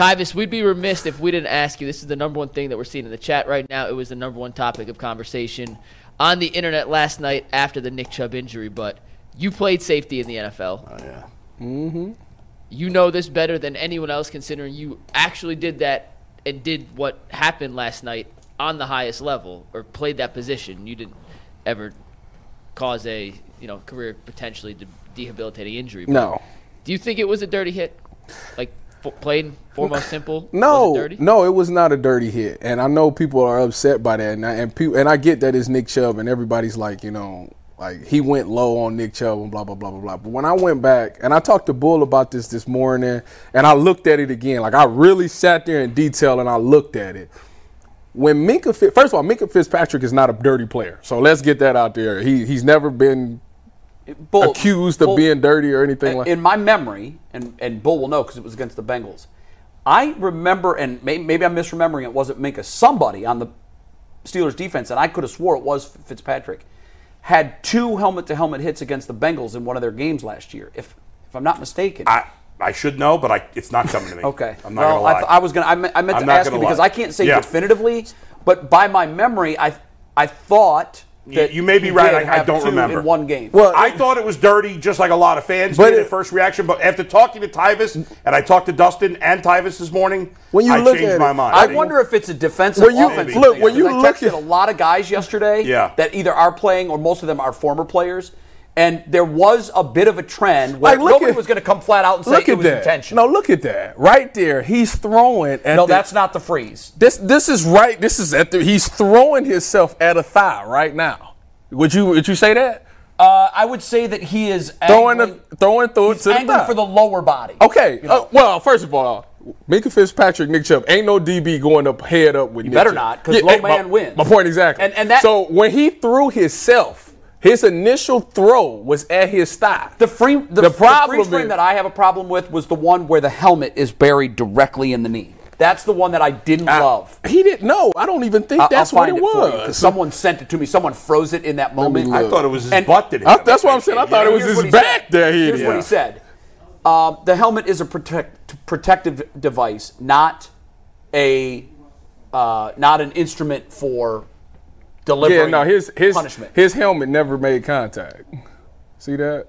Tyvis, we'd be remiss if we didn't ask you. This is the number one thing that we're seeing in the chat right now. It was the number one topic of conversation on the internet last night after the Nick Chubb injury. But you played safety in the NFL. Oh, yeah. Mm-hmm. You know this better than anyone else, considering you actually did that and did what happened last night on the highest level or played that position. You didn't ever cause a you know career potentially de- debilitating injury. But No. Do you think it was a dirty hit? Like f- plain, foremost, simple. No, Was it dirty? no, it was not a dirty hit, and I know people are upset by that, and I, and people, and I get that it's Nick Chubb, and everybody's like, you know, like he went low on Nick Chubb and blah blah blah blah blah. But when I went back and I talked to Bull about this this morning, and I looked at it again, like I really sat there in detail and I looked at it. When Minka, Fit- first of all, Minka Fitzpatrick is not a dirty player, so let's get that out there. He he's never been Bull, accused of Bull- being dirty or anything in, like. in my memory, and, and Bull will know because it was against the Bengals. I remember, and may, maybe I'm misremembering it. Wasn't Minka somebody on the Steelers defense? And I could have swore it was Fitzpatrick. Had two helmet-to-helmet hits against the Bengals in one of their games last year, if if I'm not mistaken. I, I should know, but I, it's not coming to me. Okay. I'm not well, gonna lie. I, th- I was gonna. I, me- I meant I'm to not ask you gonna because lie. I can't say Yeah. definitively, but by my memory, I I thought You- that you may be he right. did I- I have don't two remember. in one game. Well, I thought it was dirty, just like a lot of fans But did it- at first reaction. But after talking to Tyvis, and I talked to Dustin and Tyvis this morning, When you I look changed at my it, mind. I wonder if it's a defensive When you- offensive look, thing, when you because I look texted at- a lot of guys yesterday Yeah. that either are playing or most of them are former players. And there was a bit of a trend where Like, look nobody at- was going to come flat out and say Look it at was that! intentional. No, look at that! Right there, he's throwing. At No, the- that's not the freeze. This this is right. This is at the, he's throwing himself at a thigh right now. Would you would you say that? Uh, I would say that he is Throwing angling, the throwing through he's to the angling thigh. for the lower body. okay. uh, well, first of all, Minka Fitzpatrick, Nick Chubb ain't no DB going up head up with. You Nick better Chubb. not, 'cause low hey, my- man wins. My point exactly. And- and that- so when he threw himself, his initial throw was at his thigh. The free the, The problem problem the freeze frame is- that I have a problem with was the one where the helmet is buried directly in the knee. That's the one that I didn't I- love. He didn't know. I don't even think I- I'll Ah. that's what find it for you, 'cause was. someone sent it to me. Someone froze it in that moment. look. I thought it was his And- butt that hit I- him. that's what I'm saying. I thought it was Here's his what he back said. that hit Here's what him. he said. Um, the helmet is a protect, protective device, not a uh, not an instrument for delivering Yeah, no, his his punishment. his helmet never made contact. See that?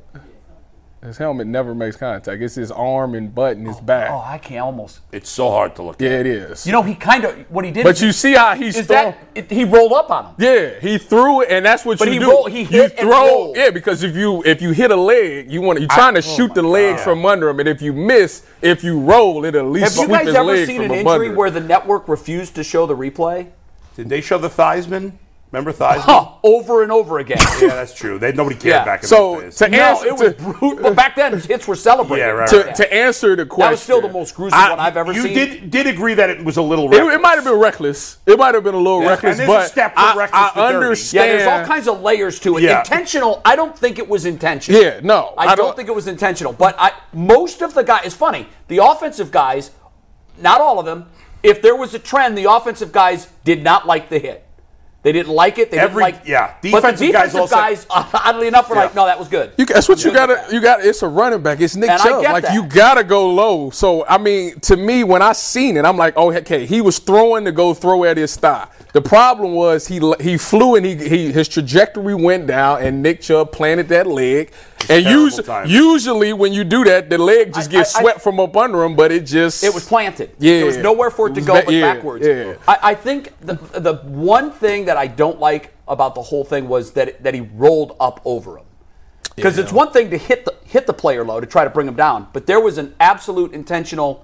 His helmet never makes contact. It's his arm and butt and his back. oh, I can almost. it's so hard to look. Yeah, at. it is. You know, he kind of what he did. but is you he- see how he's is throwing. that it, he rolled up on him. Yeah, he threw it, and that's what But you he do. roll- he you hit and rolled. Oh Yeah, because if you if you hit a leg, you want to you're trying to shoot the leg from under him, and if you miss, if you roll, it at least Have you sweep guys his ever leg seen from an above injury him. where the network refused to show the replay? Did they show the Theismann? Remember Theismann? Huh, over and over again. Yeah, that's true. They nobody cared Yeah. back in So, those days. to no, answer, it was to- brutal. But back then, hits were celebrated. Yeah, right, to, right. to answer the question, That was still the most gruesome I- one I've ever you seen. did did agree that it was a little. It, reckless. it might have been reckless. It might have been a little Yeah, reckless, and there's a but step from I, reckless I to dirty. understand. Yeah, there's all kinds of layers to it. Yeah. Intentional, I don't think it was intentional. Yeah, no, I, I don't, don't- think it was intentional. But I most of the guys, it's funny, the offensive guys, not all of them, if there was a trend, the offensive guys did not like the hit. They didn't like it. They Every- didn't like yeah, but the defensive guys defensive also- guys, oddly enough, were like, Yeah. no, that was good. You, that's what you gotta. You got. It's a running back. It's Nick And I Chubb. get Like that. you gotta go low. So I mean, to me, when I seen it, I'm like, oh, okay, he was throwing to go throw at his thigh. The problem was he he flew and he, he his trajectory went down, and Nick Chubb planted that leg. and terrible usually, timing. usually when you do that, the leg just I- gets I- I- swept from up under him. But it just It was planted. Yeah. There was nowhere for it, It to was go ba- but yeah, backwards. yeah. I, I think the the one thing that I don't like about the whole thing was that it, that he rolled up over him. Because it's one thing to hit the hit the player low to try to bring him down, but there was an absolute intentional.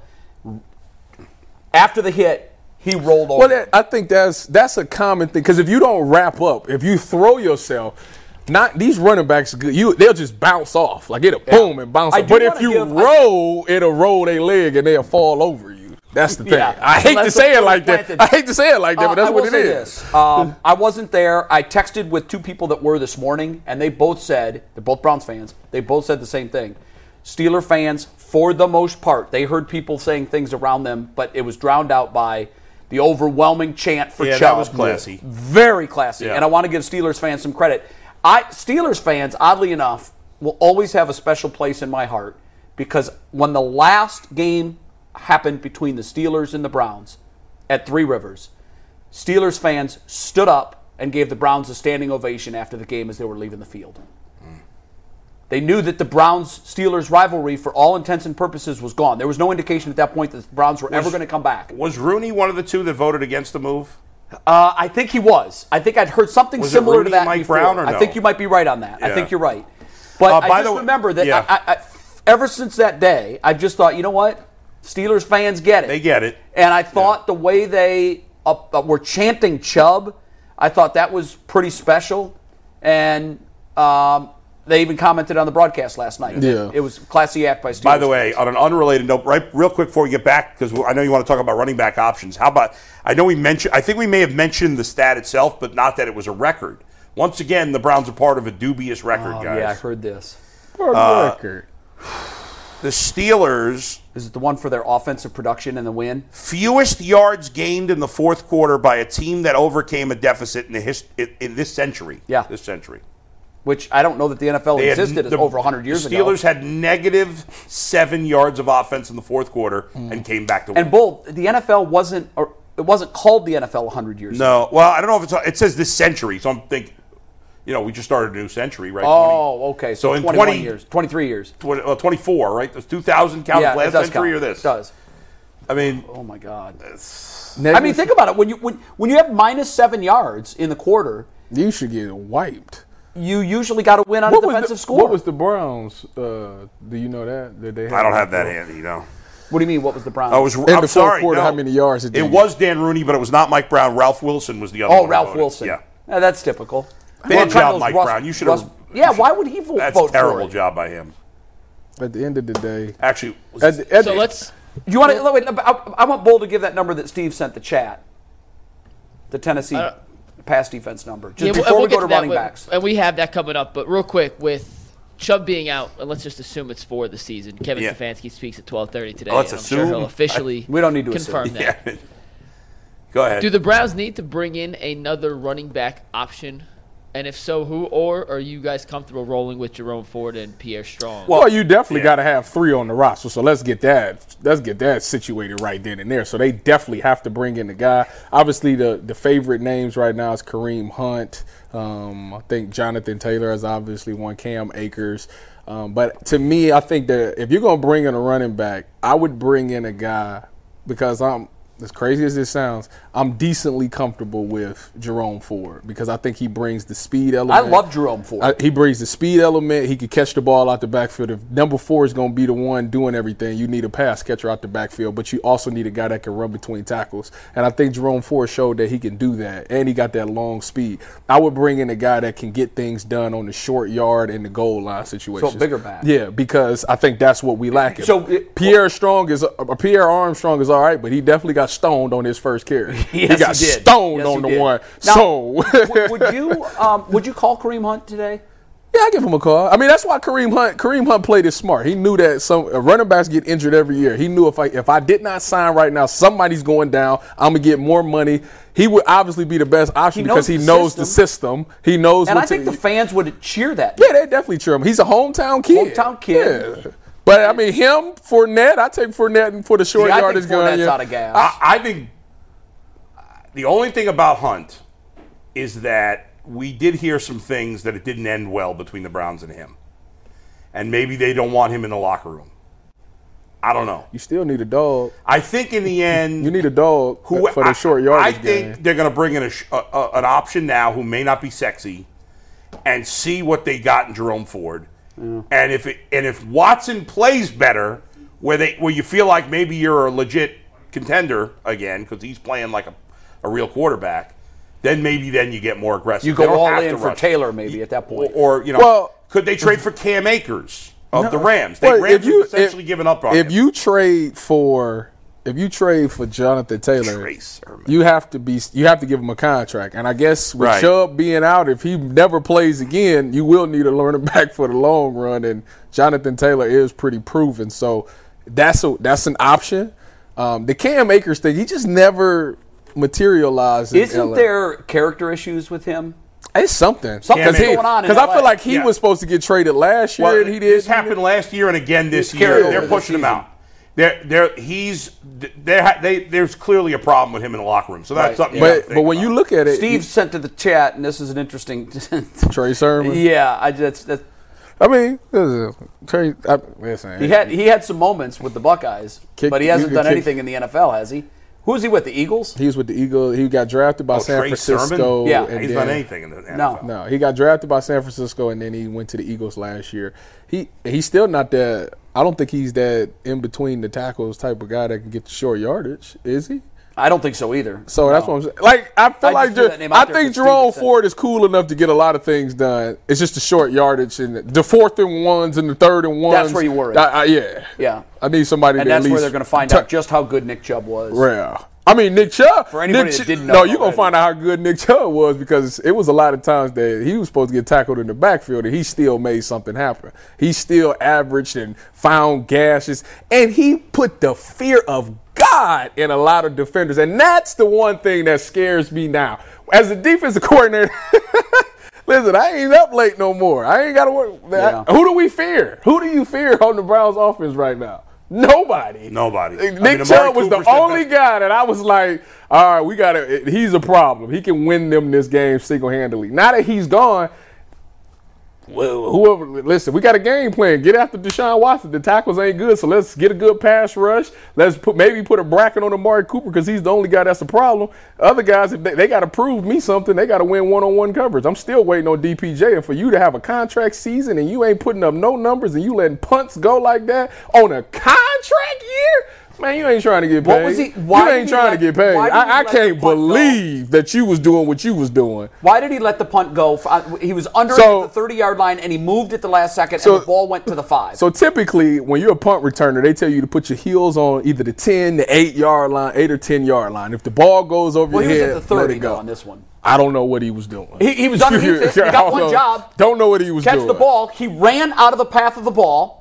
After the hit, he rolled over. Well, that, I think that's that's a common thing because if you don't wrap up, if you throw yourself, not these running backs, good- you they'll just bounce off like it'll boom and bounce. I Off. do But wanna if you give- I- roll, it'll roll their leg and they'll fall over you. That's the thing. Yeah. I hate to Unless say the- it like that. planted. I hate to say it like that, but Uh, that's I what will it say is. this. Um, I wasn't there. I texted with two people that were this morning, and they both said they're both Browns fans. They both said the same thing. Steeler fans, for the most part, they heard people saying things around them, but it was drowned out by the overwhelming chant for Yeah, Chubb. that was classy. Very classy. Yeah. And I want to give Steelers fans some credit. I Steelers fans, oddly enough, will always have a special place in my heart because when the last game happened between the Steelers and the Browns at Three Rivers, Steelers fans stood up and gave the Browns a standing ovation after the game as they were leaving the field. They knew that the Browns Steelers rivalry, for all intents and purposes, was gone. There was no indication at that point that the Browns were ever going to come back. Was Rooney one of the two that voted against the move? Uh, I think he was. I think I'd heard something Was it similar Rooney to that. and Mike before. Brown or I no? think you might be right on that. I Yeah. think you're right. But Uh, I by just the way- remember that yeah. I, I, I, ever since that day, I've just thought, you know what? Steelers fans get it. They get it. And I thought the way they up, uh, were chanting Chubb, I thought that was pretty special. And um, they even commented on the broadcast last night. Yeah. It was classy act by Steelers. By the way, fans. on an unrelated note, right, real quick before we get back, because I know you want to talk about running back options. How about? I know we mentioned. I think we may have mentioned the stat itself, but not that it was a record. Once again, the Browns are part of a dubious record, Oh, guys. Uh, yeah, I heard this. record. The Steelers Is it the one for their offensive production and the win? fewest yards gained in the fourth quarter by a team that overcame a deficit in the his, in, in this century. Yeah. this century. which I don't know that the NFL They had- existed the- over 100 years the ago. Steelers had negative seven yards of offense in the fourth quarter and came back to win. Hmm. and Bull, the NFL wasn't or it wasn't called the NFL 100 years ago. No, well, I don't know if it's. It says this century, so I'm thinking, you know, we just started a new century, right? Oh, okay. So, in 21 20 years, 23 years. 20, well, 24, right? Does 2000 count yeah, as it last does century count. or this? It does. I mean, Oh my God. I Negative- mean, think about it. When you when, when you have minus seven yards in the quarter, you should get wiped. you usually got to win on a was the, defensive score. What was the Browns? Uh, do you know that? Did they? I don't have that handy, no. What do you mean? What was the Browns? I Oh, was. the I'm fourth sorry. quarter, no. how many yards did they It get? was Dan Rooney, but it was not Mike Brown. Ralph Wilson was the other. oh, one Ralph voted. Wilson. Yeah. Yeah, that's typical. Bad Well, kind of job, those Mike rust- Brown. You should have. rust- Yeah, why would he vo- That's vote for terrible it? job by him. At the end of the day, Actually, was- at the, at So the- let's Do you want to? Wait, I, I want Bull to give that number that Steve sent the chat. The Tennessee pass defense number. Just Uh, yeah, before and we go get to, that, running we- backs. and we have that coming up. But real quick, with Chubb being out, and let's just assume it's for the season. Kevin Yeah. Stefanski speaks at twelve thirty today. Let's and I'm sure assume. he'll officially We don't need to confirm assume. that. go ahead. Do the Browns need to bring in another running back option? And if so, who? Or are you guys comfortable rolling with Jerome Ford and Pierre Strong? well, you definitely yeah. got to have three on the roster. So let's get that. Let's get that situated right then and there. So they definitely have to bring in the guy. Obviously, the the favorite names right now is Kareem Hunt. Um, I think Jonathan Taylor is obviously one. Cam Akers. Um, but to me, I think that if you're gonna bring in a running back, I would bring in a guy because I'm as crazy as this sounds, I'm decently comfortable with Jerome Ford because I think he brings the speed element. love Jerome Ford. I- he brings the speed element. He could catch the ball out the backfield. If number four is going to be the one doing everything, you need a pass catcher out the backfield, but you also need a guy that can run between tackles. And I think Jerome Ford showed that he can do that, and he got that long speed. I would bring in a guy that can get things done on the short yard and the goal line situation. bigger back. Yeah, because I think that's what we lack. So, So it- Pierre Strong is uh, Pierre Armstrong is all right, but he definitely got stoned on his first carry. he Yes, got did. stoned Yes, on he the did. one. Now, so w- would you um, would you call Kareem Hunt today? Yeah, I give him a call. I mean, that's why Kareem Hunt Kareem Hunt played it smart. He knew that some uh, running backs get injured every year. He knew if I if I did not sign right now, somebody's going down. I'm gonna get more money. He would obviously be the best option He knows because he the knows the system. He knows. And what I think to, the fans would cheer that. yeah, they definitely cheer him. He's a hometown kid. Hometown kid. Yeah. But I mean, him Fournette. I take Fournette for the short See, I yardage think gun. Fournette's yeah. out of gas. I, I think the only thing about Hunt is that we did hear some things that it didn't end well between the Browns and him. And maybe they don't want him in the locker room. I don't know. You still need a dog. I think in the end, You need a dog for the I- short yardage I think game. they're going to bring in a, sh- a, a- an option now who may not be sexy, and see what they got in Jerome Ford. And if it, and if Watson plays better, where they where you feel like maybe you're a legit contender again because he's playing like a, a real quarterback, then maybe then you get more aggressive. You They go don't all have in to for rush. Taylor maybe at that point. or, or, you know, Well- could they trade for Cam Akers of the Rams? They Well, Rams have essentially if, given up on if him. you trade for if you trade for Jonathan Taylor, Trey Sermon. you have to be you have to give him a contract. And I guess with Right. Chubb being out, if he never plays again, you will need a learning back for the long run. And Jonathan Taylor is pretty proven, so that's a that's an option. Um, the Cam Akers thing, he just never materialized. in Isn't LA. there character issues with him? It's something. Something's he- going on in I LA. feel like he Yeah. was supposed to get traded last year, Well, and he this did. not happened last year and again this He's year. carried They're over the pushing him season. out. They're, they're, he's, they're, ha- they, there's clearly a problem with him in the locker room. So that's Right. something. you gotta But think but when about. you look at it, Steve sent to the chat, and this is an interesting. Trey Sermon. yeah, I just that, I mean, listen, Trey. I, listen, he had he had some moments with the Buckeyes, Kick- but he you hasn't can done kick- anything in the NFL, has he? Who's he with? The Eagles? He was with the Eagles. He got drafted by Oh, San Trey Sermon? Francisco. Yeah, and he's done then- anything in the NFL. No, he got drafted by San Francisco, and then he went to the Eagles last year. He he's still not that. I don't think he's that in between the tackles type of guy that can get the short yardage, is he? I don't think so either. So that's what I'm saying. Like I feel I like just threw Jer- that name I out there think 'cause Steve Jerome had said it. Ford is cool enough to get a lot of things done. It's just the short yardage and the fourth and ones and the third and ones. where you worry. I, I- yeah, Yeah. I need somebody. and to at that's where least they're going to find tou- out just how good Nick Chubb was. Well, I mean Nick Chubb. For anybody Nick that Chu- didn't no, know you're gonna already. find out how good Nick Chubb was because it was a lot of times that he was supposed to get tackled in the backfield and he still made something happen. He still averaged and found gashes, and he put the fear of God in a lot of defenders, and that's the one thing that scares me now as a defensive coordinator. Listen, I ain't up late no more. I ain't got to work. Yeah. Who do we fear? Who do you fear on the Browns offense right now? Nobody. Nobody. I Nick mean, Amari Chubb was Cooper's the the only best. guy that I was like, all right, we got to. He's a problem. He can win them this game single handedly. Now that he's gone, well, whoever, listen, we got a game plan. Get after Deshaun Watson. The tackles ain't good, so let's get a good pass rush. Let's put maybe put a bracket on Amari Cooper because he's the only guy that's the problem. Other guys, if they, they got to prove me something, they got to win one on one coverage. I'm still waiting on DPJ, and for you to have a contract season and you ain't putting up no numbers and you letting punts go like that on a contract year. Man, you ain't trying to get paid. What was he- why you did ain't he trying let- to get paid. why did he I, I let the can't punt go? believe that you was doing what you was doing. Why did he let the punt go? For, uh, he was under So- it at the 30 yard line, and he moved at the last second, So- and the ball went to the five. So typically, when you're a punt returner, they tell you to put your heels on either the ten, the eight yard line, eight or ten yard line. If the ball goes over well, he your was head, at the let 30 it go. though, on this one. I don't know what he was doing. He- he was under- he- he got I don't one know. job. Don't know what he was Catch doing. the ball. He ran out of the path of the ball.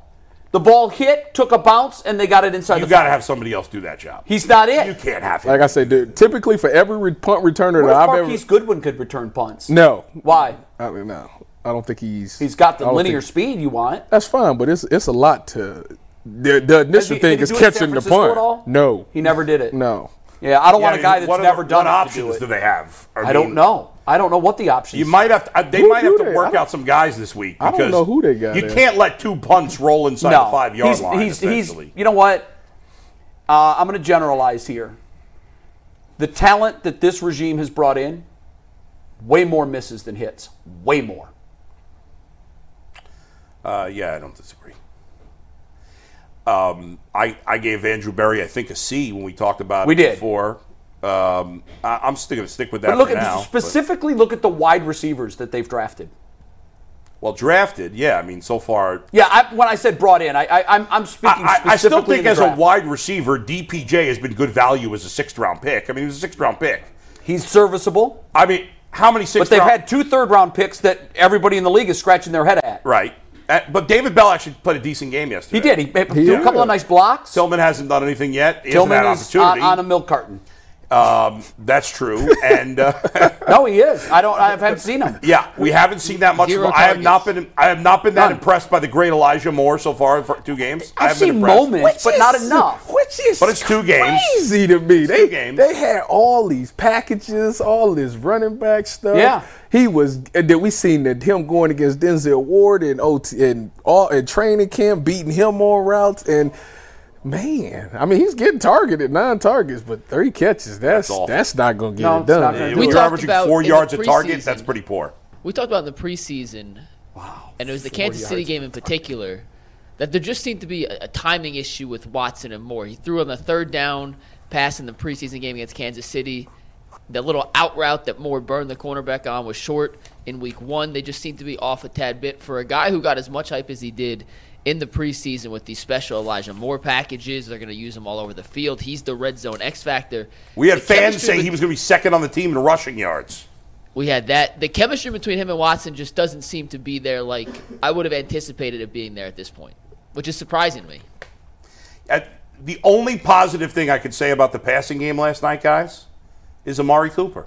The ball hit, took a bounce, and they got it inside the You got to five. have somebody else do that job. He's not it. You can't have him. Like I said, dude, typically for every re- punt returner What that if I've ever Marquise Goodwin could return punts? no, Why? I mean, no, I don't think he's He's got I the don't linear think- speed you want. That's fine, but it's it's a lot to the, the Does initial he- thing did he is do it in San catching the Francisco punt. at all? No, He never did it. no. Yeah, I don't Yeah, want a guy that's what are the- never done What it options to do do it. they have? I don't mean, know. I don't know what the options. You might have to. uh, They Who might have do to they? I work don't- out some guys this week. I don't because know who they got You there. can't let two punts roll inside the five yard he's, line. He's, he's, essentially. you know what? Uh, I'm going to generalize here. The talent that this regime has brought in, way more misses than hits. Way more. Uh, yeah, I don't disagree. Um, I I gave Andrew Berry I think a C when we talked about We it did. before. Um, I, I'm still going to stick with that But look for at now. but- specifically look at the wide receivers that they've drafted. well, drafted. Yeah, I mean, so far. Yeah, I, when I said brought in, I, I I'm, I'm speaking. I, I- I still specifically in think the as a draft. wide receiver, DPJ has been good value as a sixth round pick. I mean, he was a sixth round pick. he's serviceable, I mean, how many but sixth? they've round- had two third round picks that everybody in the league is scratching their head at. right. Uh, but David Bell actually played a decent game yesterday. He did. He, he threw did. a couple of nice blocks. Tillman hasn't done anything yet. He Tillman hasn't is uh, had on, opportunity. on a milk carton. um, that's true. And uh, No, he is. I don't. I haven't seen him. yeah, we haven't seen that much. Zero I have not targets. been. I have not been that None. impressed by the great Elijah Moore so far for two games. I I've have been seen impressed. moments. But not enough. Which is But it's two games. crazy to me. It's They, two games. they had all these packages, all this running back stuff. Yeah. He was and then we seen that him going against Denzel Ward and OT and all and training camp, beating him on routes and man, I mean he's getting targeted, nine targets, but three catches. That's awful. that's, not gonna get No, it it's done. not gonna When We you're talked averaging about four in the yards a target, preseason- that's pretty poor. We talked about in the preseason. Wow. And it was the Kansas City game in particular that there just seemed to be a, a timing issue with Watson and Moore. He threw on the third down pass in the preseason game against Kansas City. The little out route that Moore burned the cornerback on was short in week one. They just seemed to be off a tad bit for a guy who got as much hype as he did. in the preseason with these special Elijah Moore packages. They're going to use him all over the field. He's the red zone X factor. We had The fans chemistry saying with- he was going to be second on the team in rushing yards. we had that. The chemistry between him and Watson just doesn't seem to be there like I would have anticipated it being there at this point, which is surprising to me. At, the only positive thing I could say about the passing game last night, guys, is Amari Cooper.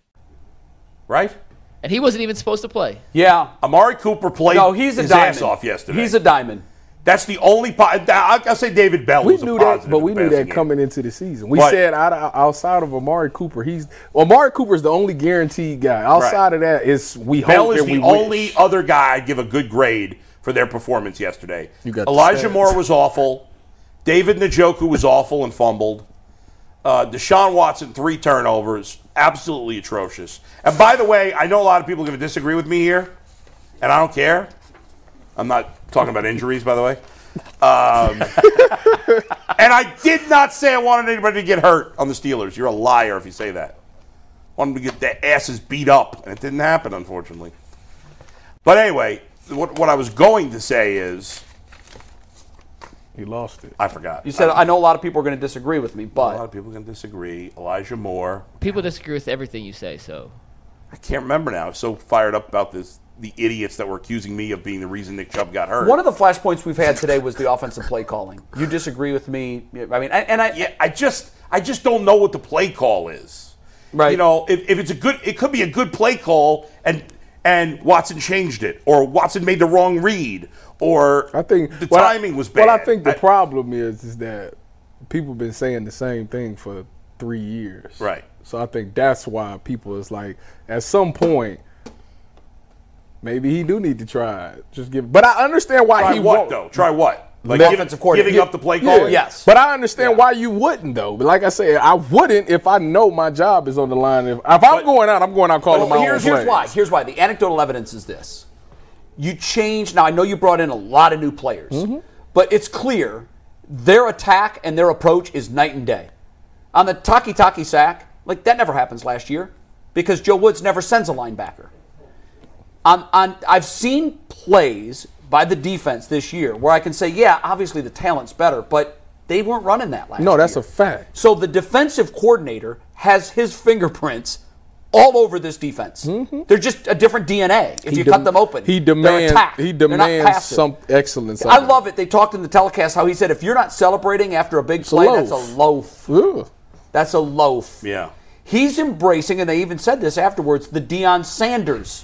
Right? And he wasn't even supposed to play. Yeah. Amari Cooper played No, he's a his diamond. ass off yesterday. He's a diamond. That's the only. Po- I- I'll say David Bell. We was knew a that, positive but in we the knew passing that game. coming into the season. We But- said out of, outside of Amari Cooper, he's Amari Cooper is the only guaranteed guy. Outside of that, it's we Bell hope is and we the wish. only other guy I'd give a good grade for their performance yesterday. You got the Elijah stats. Moore was awful. David Njoku was awful and fumbled. Uh, Deshaun Watson, three turnovers, absolutely atrocious. And by the way, I know a lot of people are going to disagree with me here, and I don't care. I'm not talking about injuries, by the way. Um, and I did not say I wanted anybody to get hurt on the Steelers. You're a liar if you say that. Wanted to get their asses beat up, and it didn't happen, unfortunately. But anyway, what, what I was going to say is He lost it. I forgot. You said I know a lot of people are going to disagree with me, a lot but of people can disagree. Elijah Moore. People disagree with everything you say, so I can't remember now. I was so fired up about this. The idiots that were accusing me of being the reason Nick Chubb got hurt. one of the flashpoints we've had today was the offensive play calling. You disagree with me? Yeah, I mean, and and I yeah, I just I just don't know what the play call is. Right. You know, if, if it's a good, it could be a good play call, and and Watson changed it, or Watson made the wrong read, or I think the what I- timing was bad. Well, I think the problem is is that people been saying the same thing for three years. Right. So I think that's why people is like, at some point, maybe he do need to try. it. Just give. But I understand why Try he what won't. though? Try what? Like Let- giving, Offensive coordinator. giving up the play call? Yeah. Yes. But I understand why you wouldn't though. But like I said, I wouldn't if I know my job is on the line. If, if I'm going out, I'm going out calling my Well, own here's, here's plays. why. Here's why. The anecdotal evidence is this: you change. Now I know you brought in a lot of new players, Mm-hmm. but it's clear their attack and their approach is night and day. On the Taki Taki sack, like that never happens last year because Joe Woods never sends a linebacker. On, on, I've seen plays by the defense this year where I can say, yeah, obviously the talent's better, but they weren't running that last. No, that's year. a fact. So the defensive coordinator has his fingerprints all over this defense. They're just a different DNA. If you dem- cut them open, Mm-hmm. he They're demands attack. he They're not demands passive. some excellence. I love it. They talked in the telecast how he said, "If you're not celebrating after a big play, that's a loaf. Ugh. That's a loaf." Yeah. He's embracing, and they even said this afterwards, the Deion Sanders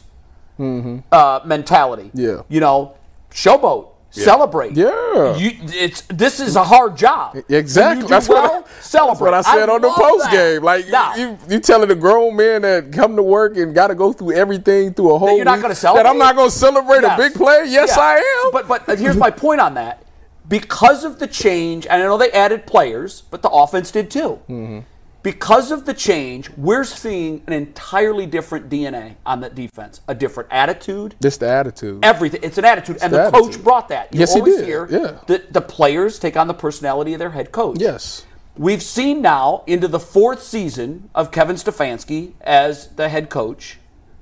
uh, mentality. Mm-hmm. Yeah. you know, showboat, celebrate. Yeah. you, it's this is a hard job. When you Exactly. do That's, well, what I, celebrate. that's what I said on the love post that. game. Like you- Now, you, you, telling a grown man that come to work and got to go through everything through a whole. you're not week, gonna celebrate? That I'm not going to celebrate Yes. a big play. Yes, Yeah. I am. But but here's my point on that. Because of the change, and I know they added players, but the offense did too. Mm-hmm. Because of the change, we're seeing an entirely different DNA on that defense, a different attitude, just the attitude. everything. It's an attitude, and the the coach attitude. brought that. You Yes, he always did. Hear Yeah. the, the players take on the personality of their head coach. yes. We've seen now into the fourth season of Kevin Stefanski as the head coach.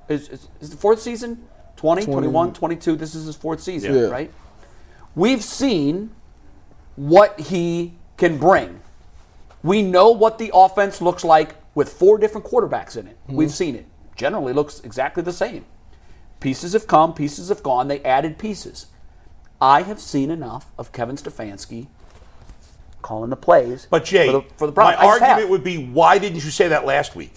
Is, is, is the fourth season? 20, 21, 22. This is his fourth season, Yeah. right? We've seen what he can bring. We know what the offense looks like with four different quarterbacks in it. Mhm. We've seen it. Generally looks exactly the same. Pieces have come, pieces have gone. They added pieces. I have seen enough of Kevin Stefanski calling the plays. But Jay, for the, for the my Browns. I just argument have. would be, why didn't you say that last week?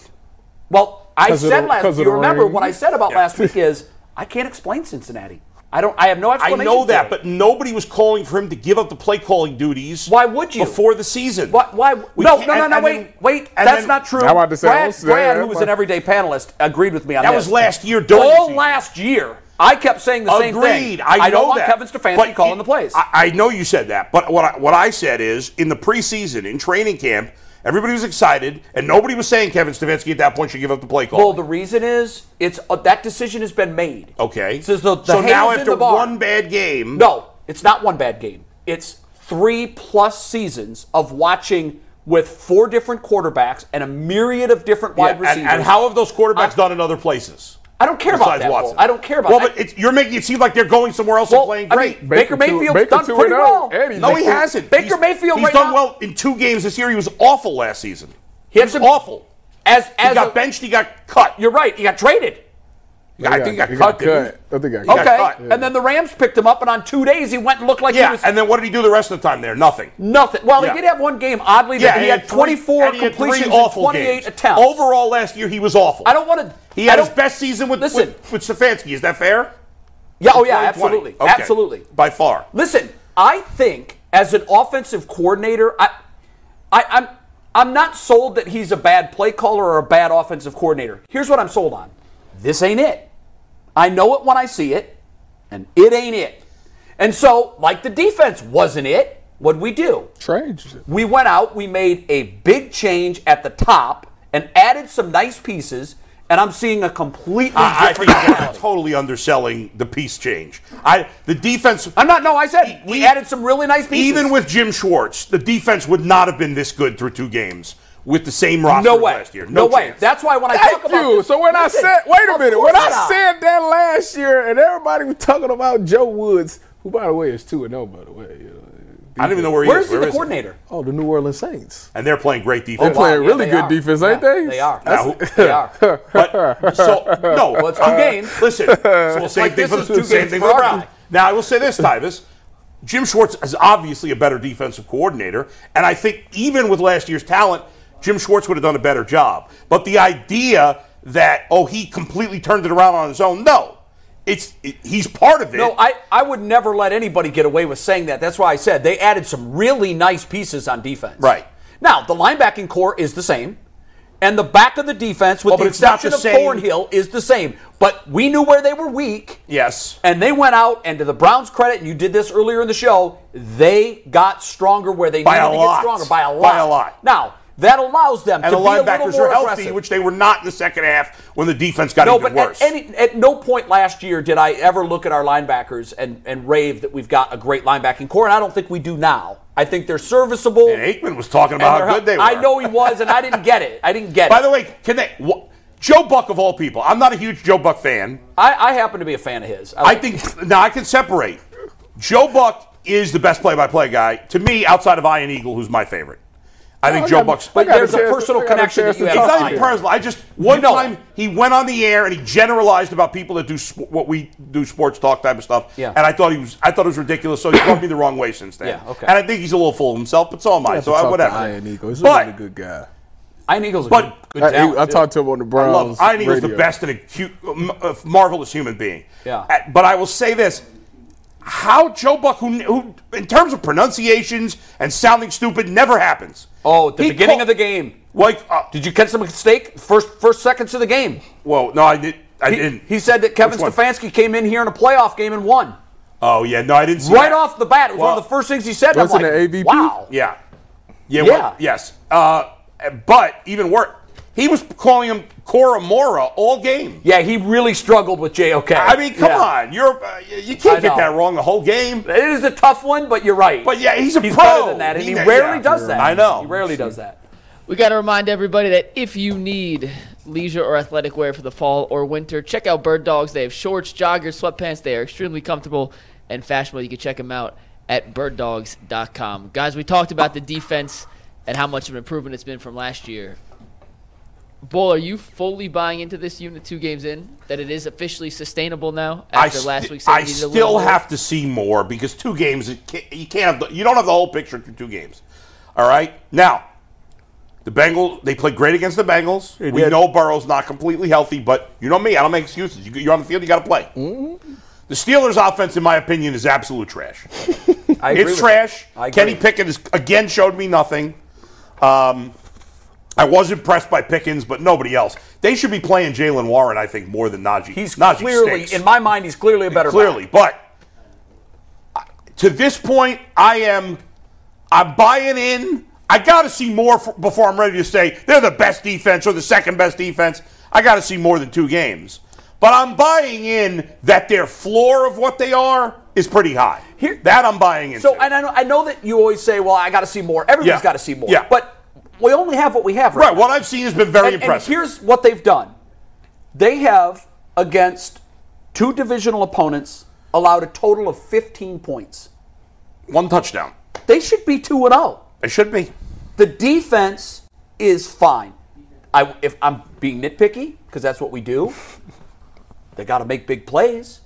well, I 'Cause of said the- last. 'cause of the You remember rain. what I said about last week is I can't explain Cincinnati. I don't. I have no I explanation. know for that, it. but nobody was calling for him to give up the play calling duties. Why would you? before the season? Why? why We no, no, can't- no, and- no, and wait, then- wait. and That's then- not true. I'm about to say, Brad, what's that? Brad, who was an What- everyday panelist, agreed with me on That this. was last year during the All season. last year, I kept saying the same thing. Agreed. I, don't know want that. Kevin Stefanski But calling it- the plays. I, I know you said that, but what I, what I said is in the preseason, in training camp, everybody was excited, and nobody was saying Kevin Stefanski at that point should give up the play call. well, the reason is it's uh, that decision has been made. okay. So, the, the so now hay is in after the barn. one bad game, No, it's not one bad game. It's three plus seasons of watching with four different quarterbacks and a myriad of different Yeah, wide and, receivers. and how have those quarterbacks done in other places? I don't care about besides that. Watson. Bull. I don't care about Well, that. but it's, you're making it seem like they're going somewhere else Well, and playing I great. mean, Baker, Baker two- Mayfield's Baker done two pretty and oh, well. and he's no, he Baker- hasn't. Baker He's- Mayfield He's right done now- well in two games this year. He was awful last season. He He had was some- awful. As as he got a- benched. He got cut. You're right. He got traded. I think he got, he cut. didn't he? I think I got Okay, cut. and then the Rams picked him up, and on two days he went and looked like he Yeah, was and then what did he do the rest of the time there? Nothing. nothing. Well, Yeah. he did have one game oddly Yeah, that he and had three- 24 and he had three completions, and awful 28 games. attempts. Overall, last year he was awful. I don't want to. He had his best season with Listen. with, with Stefanski. Is that fair? Yeah. Oh yeah. 2020. Absolutely. Okay. Absolutely. By far. Listen, I think as an offensive coordinator, I, I, I'm, I'm not sold that he's a bad play caller or a bad offensive coordinator. Here's what I'm sold on: this ain't it. I know it when I see it, and it ain't it. And so, like the defense wasn't it. What'd we do? Strange. We went out, we made a big change at the top, and added some nice pieces. And I'm seeing a completely I, I think different. you're reality. totally underselling the piece change. I the defense. I'm not. No, I said we E- added some really nice pieces. Even with Jim Schwartz, the defense would not have been this good through two games with the same roster No as way. last year. No, No, way. chance. That's why when I Thank talk about you. this- so when Listen, I said, wait a of minute, course when I not. said that last year, and everybody was talking about Joe Woods, who by the way is two and zero, by the way. you know. I don't even know where he where is. is he Where the is he? coordinator? Oh, the New Orleans Saints. And they're playing great They're defense. playing yeah, really they good are. defense, ain't Yeah, they? they are. Now, They are. but, so no, Uh, Well, it's two games. Listen, so same like thing this for is two the same games thing for for the our Browns. guy. Now I will say this, Tyvis. Jim Schwartz is obviously a better defensive coordinator, and I think even with last year's talent, Jim Schwartz would have done a better job. But the idea that oh he completely turned it around on his own, no, it's it, he's part of it. No, I, I would never let anybody get away with saying that. That's why I said they added some really nice pieces on defense. Right. Now, the linebacking core is the same, and the back of the defense, with Well, the Oh, but it's not exception the of same- Thornhill, is the same. But we knew where they were weak. yes, And they went out, and to the Browns' credit, and you did this earlier in the show, they got stronger where they By needed a to lot. get stronger by a lot. By a lot. Now that allows them to and the be a little linebackers more were healthy, aggressive. which they were not in the second half when the defense got no, even but worse. At, any, at no point last year did I ever look at our linebackers and, and rave that we've got a great linebacking core, and I don't think we do now. I think they're serviceable. and Aikman was talking and about they're how hel- good they were. I know he was, and I didn't get it. I didn't get By it. the way, can they? Wh- Joe Buck of all people, I'm not a huge Joe Buck fan. I, I happen to be a fan of his. I think now I can separate. Joe Buck is the best play-by-play guy to me, outside of Ian Eagle, who's my favorite. I think Joe Buck's. but I got there's a chance- personal I got connection chance that you to have talk It's with to not Ian. even personal. I just one know time it. he went on the air and he generalized about people that do sp- what we do sports talk type of stuff. Yeah. And I thought he was I thought it was ridiculous. So he's rubbed me the wrong way since then. Yeah, okay. And I think he's a little full of himself, but so am I. have to so I, talk whatever. To Ian Eagle. He's a but really good guy. Ian Eagle's a But- good, good I, talent. I too. talked to him on the I Browns. love Ian Eagle's the radio. best and a cute, m- a marvelous human being. Yeah. Uh, But I will say this: how Joe Buck, who, who in terms of pronunciations and sounding stupid, never happens. Oh, at the He beginning call- of the game. Like, uh, Did you catch the mistake? First first seconds of the game. well, no, I did. I He, didn't. he said that Kevin Which one? Stefanski came in here in a playoff game and won. Oh yeah, no, I didn't. See Right that. off the bat, it was one Well, of the first things he said. and I'm Wasn't like, it AVP? Wow. Yeah. Yeah. Yeah. well, yes. Uh, but even worse, he was calling him Cora Mora all game. Yeah, he really struggled with JOK. I mean, come Yeah. on, you're uh, you I can't know. get that wrong the whole game. It is a tough one, but you're right. But yeah, he's a he's pro. better than that, and he, yeah, rarely yeah. does that. I know. He rarely does that. We got to remind everybody that if you need leisure or athletic wear for the fall or winter, check out Bird Dogs. They have shorts, joggers, sweatpants. They are extremely comfortable and fashionable. You can check them out at birddogs.com. Guys, we talked about the defense and how much of an improvement it's been from last year. Bull, are you fully buying into this unit two games in? That it is officially sustainable now after st- last week's I still have to see more because two games it can't, you can't have the, you don't have the whole picture through two games. All right, now the Bengals they played great against the Bengals. we know Burrow's not completely healthy, but you know me, I don't make excuses. You, you're on the field, you got to play. The Steelers' offense, in my opinion, is absolute trash. Mm-hmm. I agree it's with trash. you. I agree. Kenny Pickett is, again showed me nothing. Um, I was impressed by Pickens, but nobody else. They should be playing Jalen Warren, I think, more than Najee. He's Najee clearly, stinks. in my mind, he's clearly a better. clearly, back. but uh, to this point, I am I'm buying in. I got to see more f before I'm ready to say they're the best defense or the second best defense. I got to see more than two games, but I'm buying in that their floor of what they are is pretty high. Here- that I'm buying into. So, and I know, I know that you always say, "Well, I got to see more. Everybody's Yeah. got to see more." Yeah. But we only have what we have, right? right, what I've seen has been very and, and impressive. here's what they've done. They have against two divisional opponents allowed a total of 15 points. One touchdown. They should be 2 and oh. 0. It should be. The defense is fine. I, if I'm being nitpicky because that's what we do. They got to make big plays.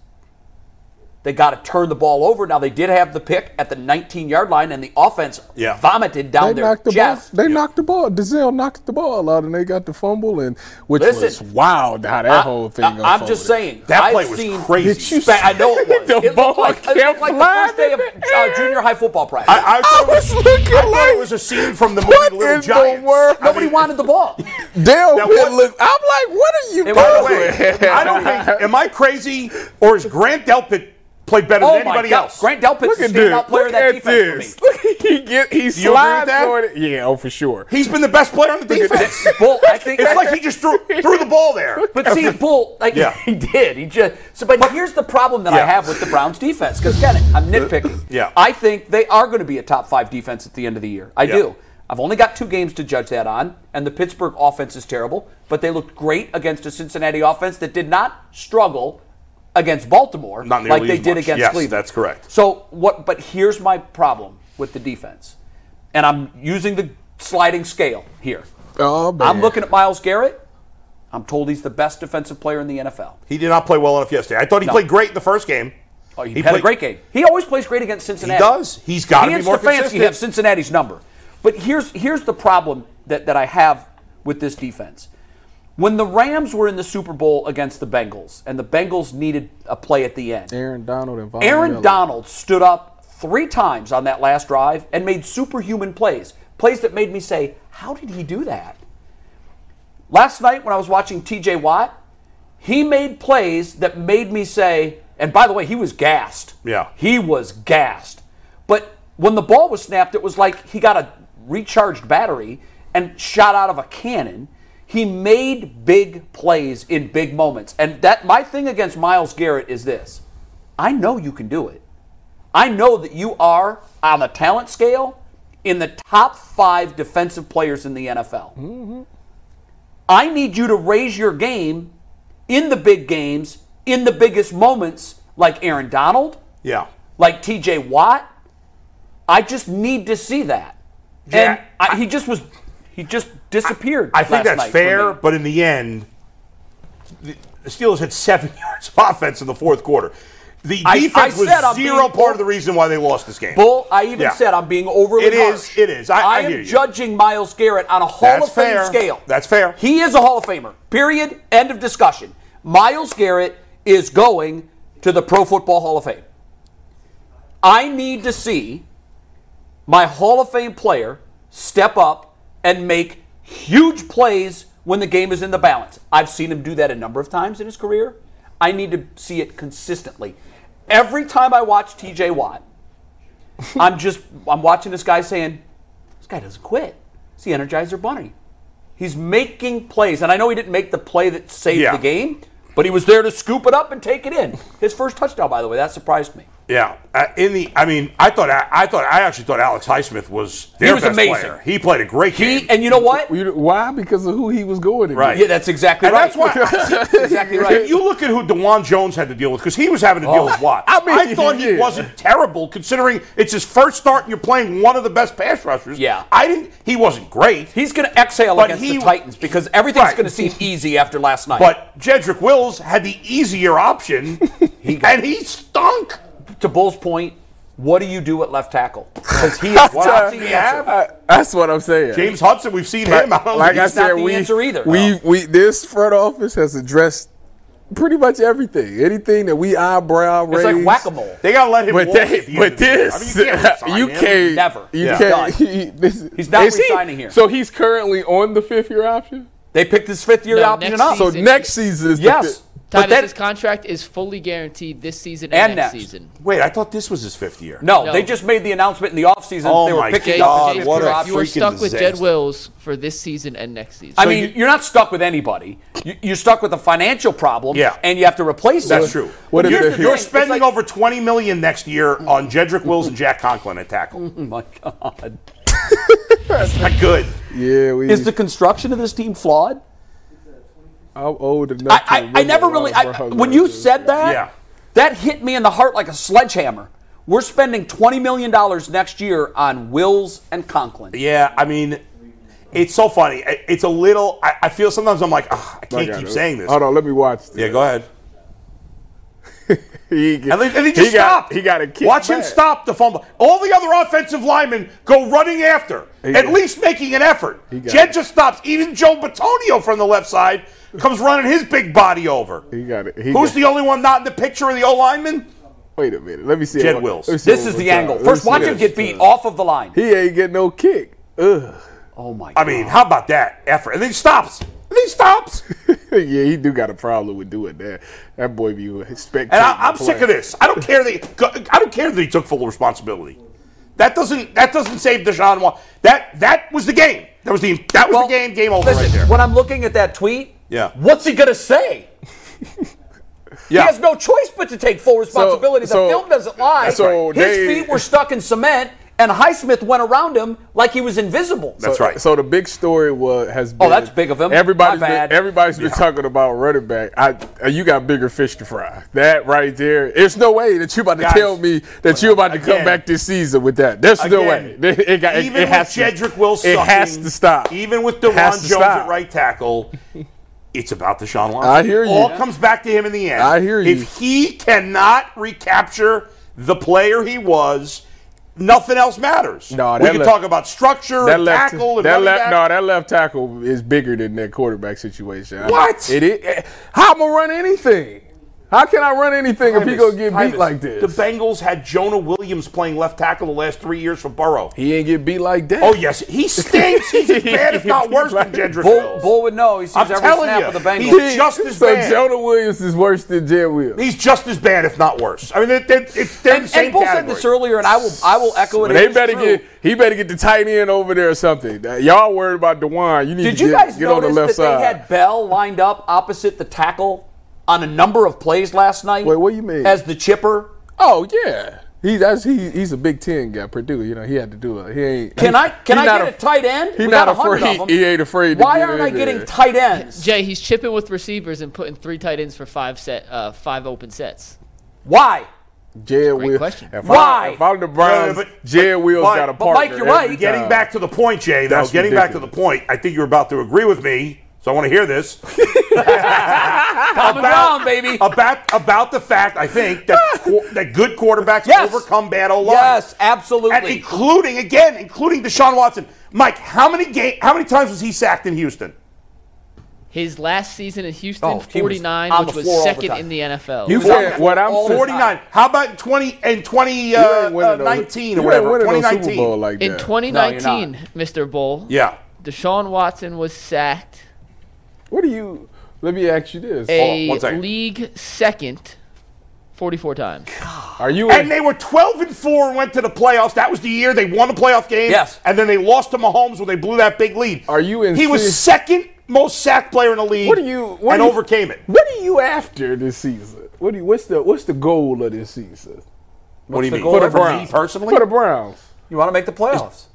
They got to turn the ball over. Now they did have the pick at the 19-yard line, and the offense Yeah. vomited down They their knocked the chest. ball. They knocked the ball. Dazelle knocked the ball out, and they got the fumble, and which Listen, was wild how that whole thing. I, am just unfolded. saying. That I've play was seen crazy. Did you Spa- I know it was. The it looked ball like, it kept looked like the first day flying of in the air. uh, junior high football practice. I, I, thought, I was it was, looking I thought it like- was a scene from the movie What in Little the Giants. world? I Nobody mean, wanted the ball. Dale Now, Pitt what- looked. I'm like, what are you And By the Wait, way, doing? I don't think. Am I crazy, or is Grant Delpit play better Oh than my anybody God! else? Grant Delpit's Look the at this. standout player Look of that at this. defense for me. he get he you agree with slides that? toward it. Yeah, oh for sure. He's been the best player on the defense. Bull, I think. it's like he just threw threw the ball there. But see, Bull, like Yeah. he did. He just. So, but here's the problem that I Yeah. Uh, have with the Browns defense. Because again, I'm nitpicking. Yeah. I think they are going to be a top five defense at the end of the year. I Yeah. do. I've only got two games to judge that on, and the Pittsburgh offense is terrible. But they looked great against a Cincinnati offense that did not struggle against Baltimore Not nearly like they as did much. against Yes, Cleveland. that's correct. So what? But here's my problem with the defense, and I'm using the sliding scale here. Oh, I'm man. looking at Miles Garrett. I'm told he's the best defensive player in the NFL. He did not play well enough yesterday. I thought he No. played great in the first game. Oh, he, He had played- a great game. He always plays great against Cincinnati. does. He's gotta He be and more Stefanski consistent. have Cincinnati's number. But here's here's the problem that, that I have with this defense. When the Rams were in the Super Bowl against the Bengals, and the Bengals needed a play at the end, Aaron Donald and Von Aaron Miller. Donald stood up three times on that last drive and made superhuman plays. Plays that made me say, how did he do that? Last night when I was watching TJ Watt, he made plays that made me say, and by the way, he was gassed. Yeah. He was gassed. But when the ball was snapped, it was like he got a recharged battery and shot out of a cannon. He made big plays in big moments. And that my thing against Miles Garrett is this. I know you can do it. I know that you are on the talent scale in the top five defensive players in the NFL. I need you to raise your game in the big games, in the biggest moments, like Aaron Donald, Yeah. like TJ Watt. I just need to see that. Yeah, and I, he just was, he just disappeared. I last think that's night for fair, me. but in the end, the the Steelers had seven yards of offense in the fourth quarter. The I- I defense said I'm was zero being- part of the reason why they lost this game. Bull, I even Yeah. said I'm being overly It is, harsh. it is. I- I am hear you. judging Miles Garrett on a Hall That's of Fame fair. scale. That's fair. He is a Hall of Famer. Period. End of discussion. Miles Garrett is going to the Pro Football Hall of Fame. I need to see my Hall of Fame player step up and make huge plays when the game is in the balance. I've seen him do that a number of times in his career. I need to see it consistently. Every time I watch TJ Watt, I'm just I'm watching this guy saying, this guy doesn't quit. It's the Energizer Bunny. He's making plays, and I know he didn't make the play that saved Yeah. the game, but he was there to scoop it up and take it in. His first touchdown, by the way, that surprised me. Yeah, uh, in the I mean, I thought I, I thought I actually thought Alex Highsmith was their was best amazing. player. He played a great game. He and you know what? You- why? Because of who he was going against. Right. Yeah, that's exactly And right. that's why- exactly right. If you look at who Dewan Jones had to deal with, because he was having to deal with Watt. I mean, I thought he yeah. wasn't terrible considering it's his first start and you're playing one of the best pass rushers. Yeah. I didn't. He wasn't great. He's going to exhale But against he- the Titans because everything's Right. going to seem easy after last night. but Jedrick Wills had the easier option, and he stunk. to Bull's point, what do you do at left tackle? Because he is not What the do you answer. have? I- that's what I'm saying. James Hudson, we've seen him. I like, don't like think I he's- not said, the we answer either. we we this front office has addressed pretty much everything. Anything that we eyebrow It's raise. like whack a mole. They gotta let him. But, walk they, at the end but of the year. this, I mean, you you can't. resign him. can't. Never. You Yeah. can't. Done. he- this- He's not is he- resigning here. So he's currently on the fifth year option. They picked his fifth year No, option next up. So He's- next season is the yes, fifth. but Tyvus, then his contract is fully guaranteed this season and, And next, next. season. Wait, I thought this was his fifth year. no, No. they just made the announcement in the offseason. Oh they were my picking Jay, God, up his Jay, what fifth a year you're- option. you are freaking stuck with Jed disaster. Wills for this season and next season. I So mean, you- you, are not stuck with anybody. You, you're stuck with a financial problem, Yeah. and you have to replace That's it. true. What if you're, they're- you're It's spending like- over twenty million next year on Jedrick Wills and Jack Conklin at tackle. Oh my God. Not good. Yeah, we. Is the construction of this team flawed? I'm old enough. to I, I, I remember never a lot really. of I, Brown when you Brothers. said that, Yeah. that hit me in the heart like a sledgehammer. We're spending twenty million dollars next year on Wills and Conklin. Yeah, I mean, it's so funny. I- It's a little. I, I feel sometimes I'm like, "Ah, I I can't got keep it. saying this. Hold on, let me watch. Yeah, go ahead. He, And they, and they just he got- stopped. He got a kick. Watch him back. stop the fumble. All the other offensive linemen go running after, He at got- least making an effort. got Jed it. just stops. Even Joe Batonio from the left side comes running his big body over. He got it. He Who's got- the only one not in the picture of the O lineman? Wait a minute. Let me see. it Jed one- Wills. let me see it This one is more the time. angle. Let me First, see watch it. him get beat off of the line. He ain't get no kick. Ugh. oh my! I God. mean, how about that effort? And then he stops. And then he stops. yeah, he do got a problem with doing that. That boy be spectating. And I, I'm sick of this. I don't care that he, I don't care that he took full responsibility. That doesn't that doesn't save Deshaun. Wa- That that was the game. That was the that was Well, the game. Game over listen, right there. When I'm looking at that tweet, Yeah. what's he gonna say? He has no choice but to take full responsibility. so- the film doesn't lie. so His they- feet were stuck in cement, and Highsmith went around him like he was invisible. That's right. So the big story was has been. Oh, that's big of him. Everybody's My bad. been, everybody's been Yeah. talking about running back. I uh, you got bigger fish to fry. That right there. There's no way that you about to Guys, tell me that you about to again. come back this season with that. There's no way. Again, It, it got, it, even it has with to, Jedrick Wilson, It has to stop. Even with It DeWan has Jones to at stop. right tackle, it's about Deshaun Watson. I hear you. All comes back to him in the end. I hear you. If he cannot recapture the player he was, nothing else matters. No, we that can left- talk about structure, That and left, tackle, and that running left, back. no, that left tackle is bigger than that quarterback situation. I- What? It is. eh, How am I run anything? How can I run anything if he gonna get beat Tyvus, like this? The Bengals had Jonah Williams playing left tackle the last three years for Burrow. He ain't get beat like that. Oh yes, he stinks. He's as bad, if not worse, than Jedrick Bull, Wills. Bull would know. He sees I'm every telling snap you, of the Bengals. he- just as so bad. Jonah Williams is worse than Jed Wills. He's just as bad, if not worse. I mean, they're, they're, it's- they're in the and, same and Bull said category. this earlier, and I will, I will echo it. But It they is better true. get he better get the tight end over there or something. Uh, Y'all worried about Dewan. You need Did to you get, guys get on notice the left that side. they had Bell lined up opposite the tackle on a number of plays last night? Wait, what do you mean? As the chipper. oh yeah. He, that's, he, he's a Big Ten guy, Purdue. You know he had to do it. He ain't. Can I can he I not get a, af- tight end? He We not got a hundred afraid. of 'em. He ain't afraid. To Why get aren't in I getting there. tight ends? Jay, he's chipping with receivers and putting three tight ends for five set, uh, five open sets. Why? Jed Wills. question. If Why? I, if I'm the Browns, No, no, but- Jed but- Wills but- got a but partner. Mike, you're right. every Getting time. back to the point, Jay, though, That's getting back to the point, I think you're about to agree with me, so I want to hear this. Common ground, baby. About about the fact, I think, that, qu- that good quarterbacks Yes. overcome bad O line. Yes, And absolutely. including, again, including Deshaun Watson. Mike, how many game, how many times was he sacked in Houston? His last season in Houston, Oh, he was 49, on which the floor all was the second time. in the NFL. You said what I'm All the saying. time. 49. How about in 20 and 20, uh, uh, 19 or whatever? 2019. Super Bowl like in that. 2019, Mr. Bull, yeah. Deshaun Watson was sacked what do you? Let me ask you this: on, a one second. league second 44 times. Are you? And they were 12 and 4 and went to the playoffs. That was the year they won the playoff game. Yes. And then they lost to Mahomes when they blew that big lead. Are you in He was serious- second most sacked player in the league. What do you? What and do you- overcame it. What are you after this season? What do you? What's the? What's the goal of this season? What do you the mean? goal? For the me Browns. personally? For the Browns. you want to make the playoffs?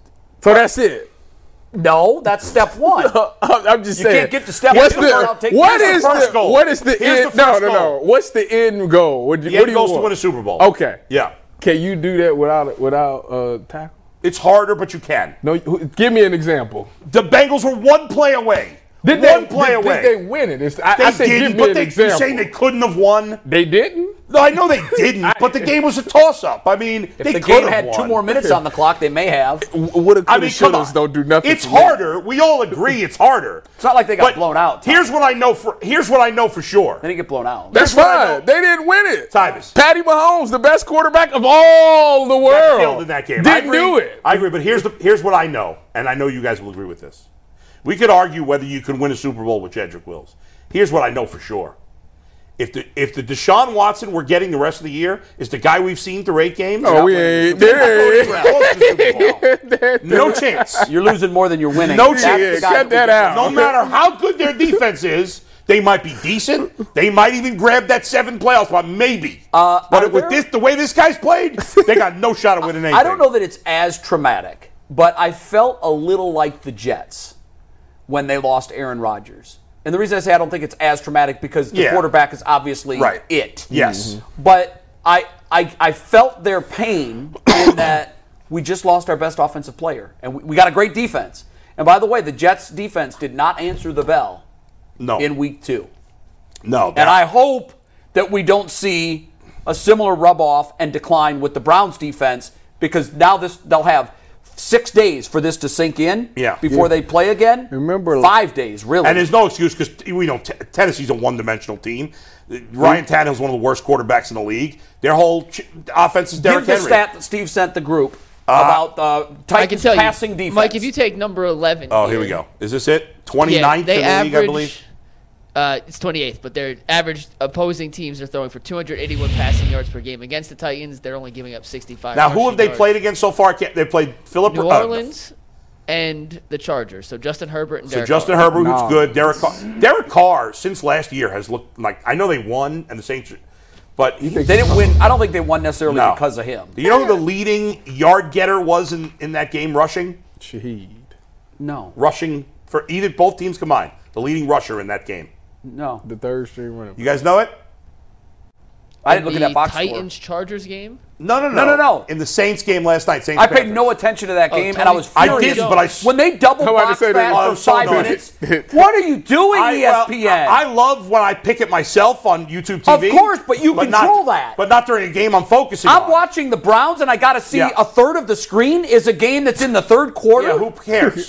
So that's it. No, Oh, that's step one. I'm just You saying. can't get to step what's one without the, taking- what Here's is the first the goal. what is the Here's end? the no, first no, no. goal. What's the end goal? What, do- what The end do you goal's want? to win a Super Bowl. Okay. Yeah. Can you do that without without uh, tackle? It's harder, but you can. No. who- Give me an example. The Bengals were one play away. Did one they play did, away. Did they win it? It's, I, They I said, didn't, give me but an they, example. you're saying they couldn't have won? They didn't. No, I know they didn't, but the game was a toss-up. I mean, If they the could game had won. two more minutes on the clock, they may have. It's What a I mean, come on. don't do nothing. It's for me. harder. We all agree it's harder. It's not like they got blown out. Tom. Here's what I know for. Here's what I know for sure. they didn't get blown out. That's Here's what I know. fine. They didn't win it. Tyvus. Patty Mahomes, the best quarterback of all the Got world, killed in that game. I Didn't agree. do it. I agree, but here's the here's what I know, and I know you guys will agree with this. We could argue whether you can win a Super Bowl with Jedrick Wills. Here's what I know for sure. If the if the Deshaun Watson we're getting the rest of the year is the guy we've seen through eight games, No, Oh, we ain't. There ain't. no chance. You're losing more than you're winning. No That's the chance. guy Cut we that can- out. No matter how good their defense is, they might be decent. They might even grab that seven playoff spot, maybe. Uh, but are with there- this, the way this guy's played, they got no shot at winning anything. I don't know that it's as traumatic, but I felt a little like the Jets when they lost Aaron Rodgers. And the reason I say I don't think it's as traumatic because the Yeah. quarterback is obviously Right. it. Mm-hmm. Yes. But I, I I felt their pain in that we just lost our best offensive player and we, we got a great defense. And by the way, the Jets defense did not answer the bell No. in week 2. no. And I hope that we don't see a similar rub off and decline with the Browns defense because now this they'll have six days for this to sink in Yeah. before they play again. Remember- five days really. And there's no excuse because we know t- Tennessee's a one-dimensional team. Ryan Tannehill's one of the worst quarterbacks in the league. Their whole ch- offense is Give Derrick the Henry. stat that Steve sent the group about uh, I can Titans tell passing you, defense. Mike. If you take number eleven, oh, here we go. Is this it? 29th in the league, I believe. Uh, it's 28th, but their average opposing teams are throwing for 281 passing yards per game against the Titans. They're only giving up 65. Now, who rushing have they yards. played against so far? They played Philip New uh, Orleans and the Chargers. So Justin Herbert and So Derek Justin Carr. Herbert, who's good. Derek Carr, Derek Carr, since last year, has looked like I know they won and the Saints, but he, they didn't win. I don't think they won necessarily No. because of him. Do you know who the leading yard getter was in, in that game rushing? Shaheed. No, Rushing for either both teams combined. The leading rusher in that game. no. The third string running. You guys know it? I didn't look the at that box Titans score. Chargers game. No, no, no. No, no, no. In the Saints game last night. Saints I paid Panthers. no attention to that Oh, game, and Tony- I was I Fury furious. didn't, Jones. but I s- when they double I wanted to box say that. that Oh, for I'm so five annoyed. minutes, what are you doing, E I- well, ESPN? I, I love when I pick at myself on YouTube Of TV. course, but you not- control that. But not during a game I'm focusing I'm on. watching the Browns, and I got to see Yeah. a third of the screen is a game that's in the third quarter. Yeah, who cares?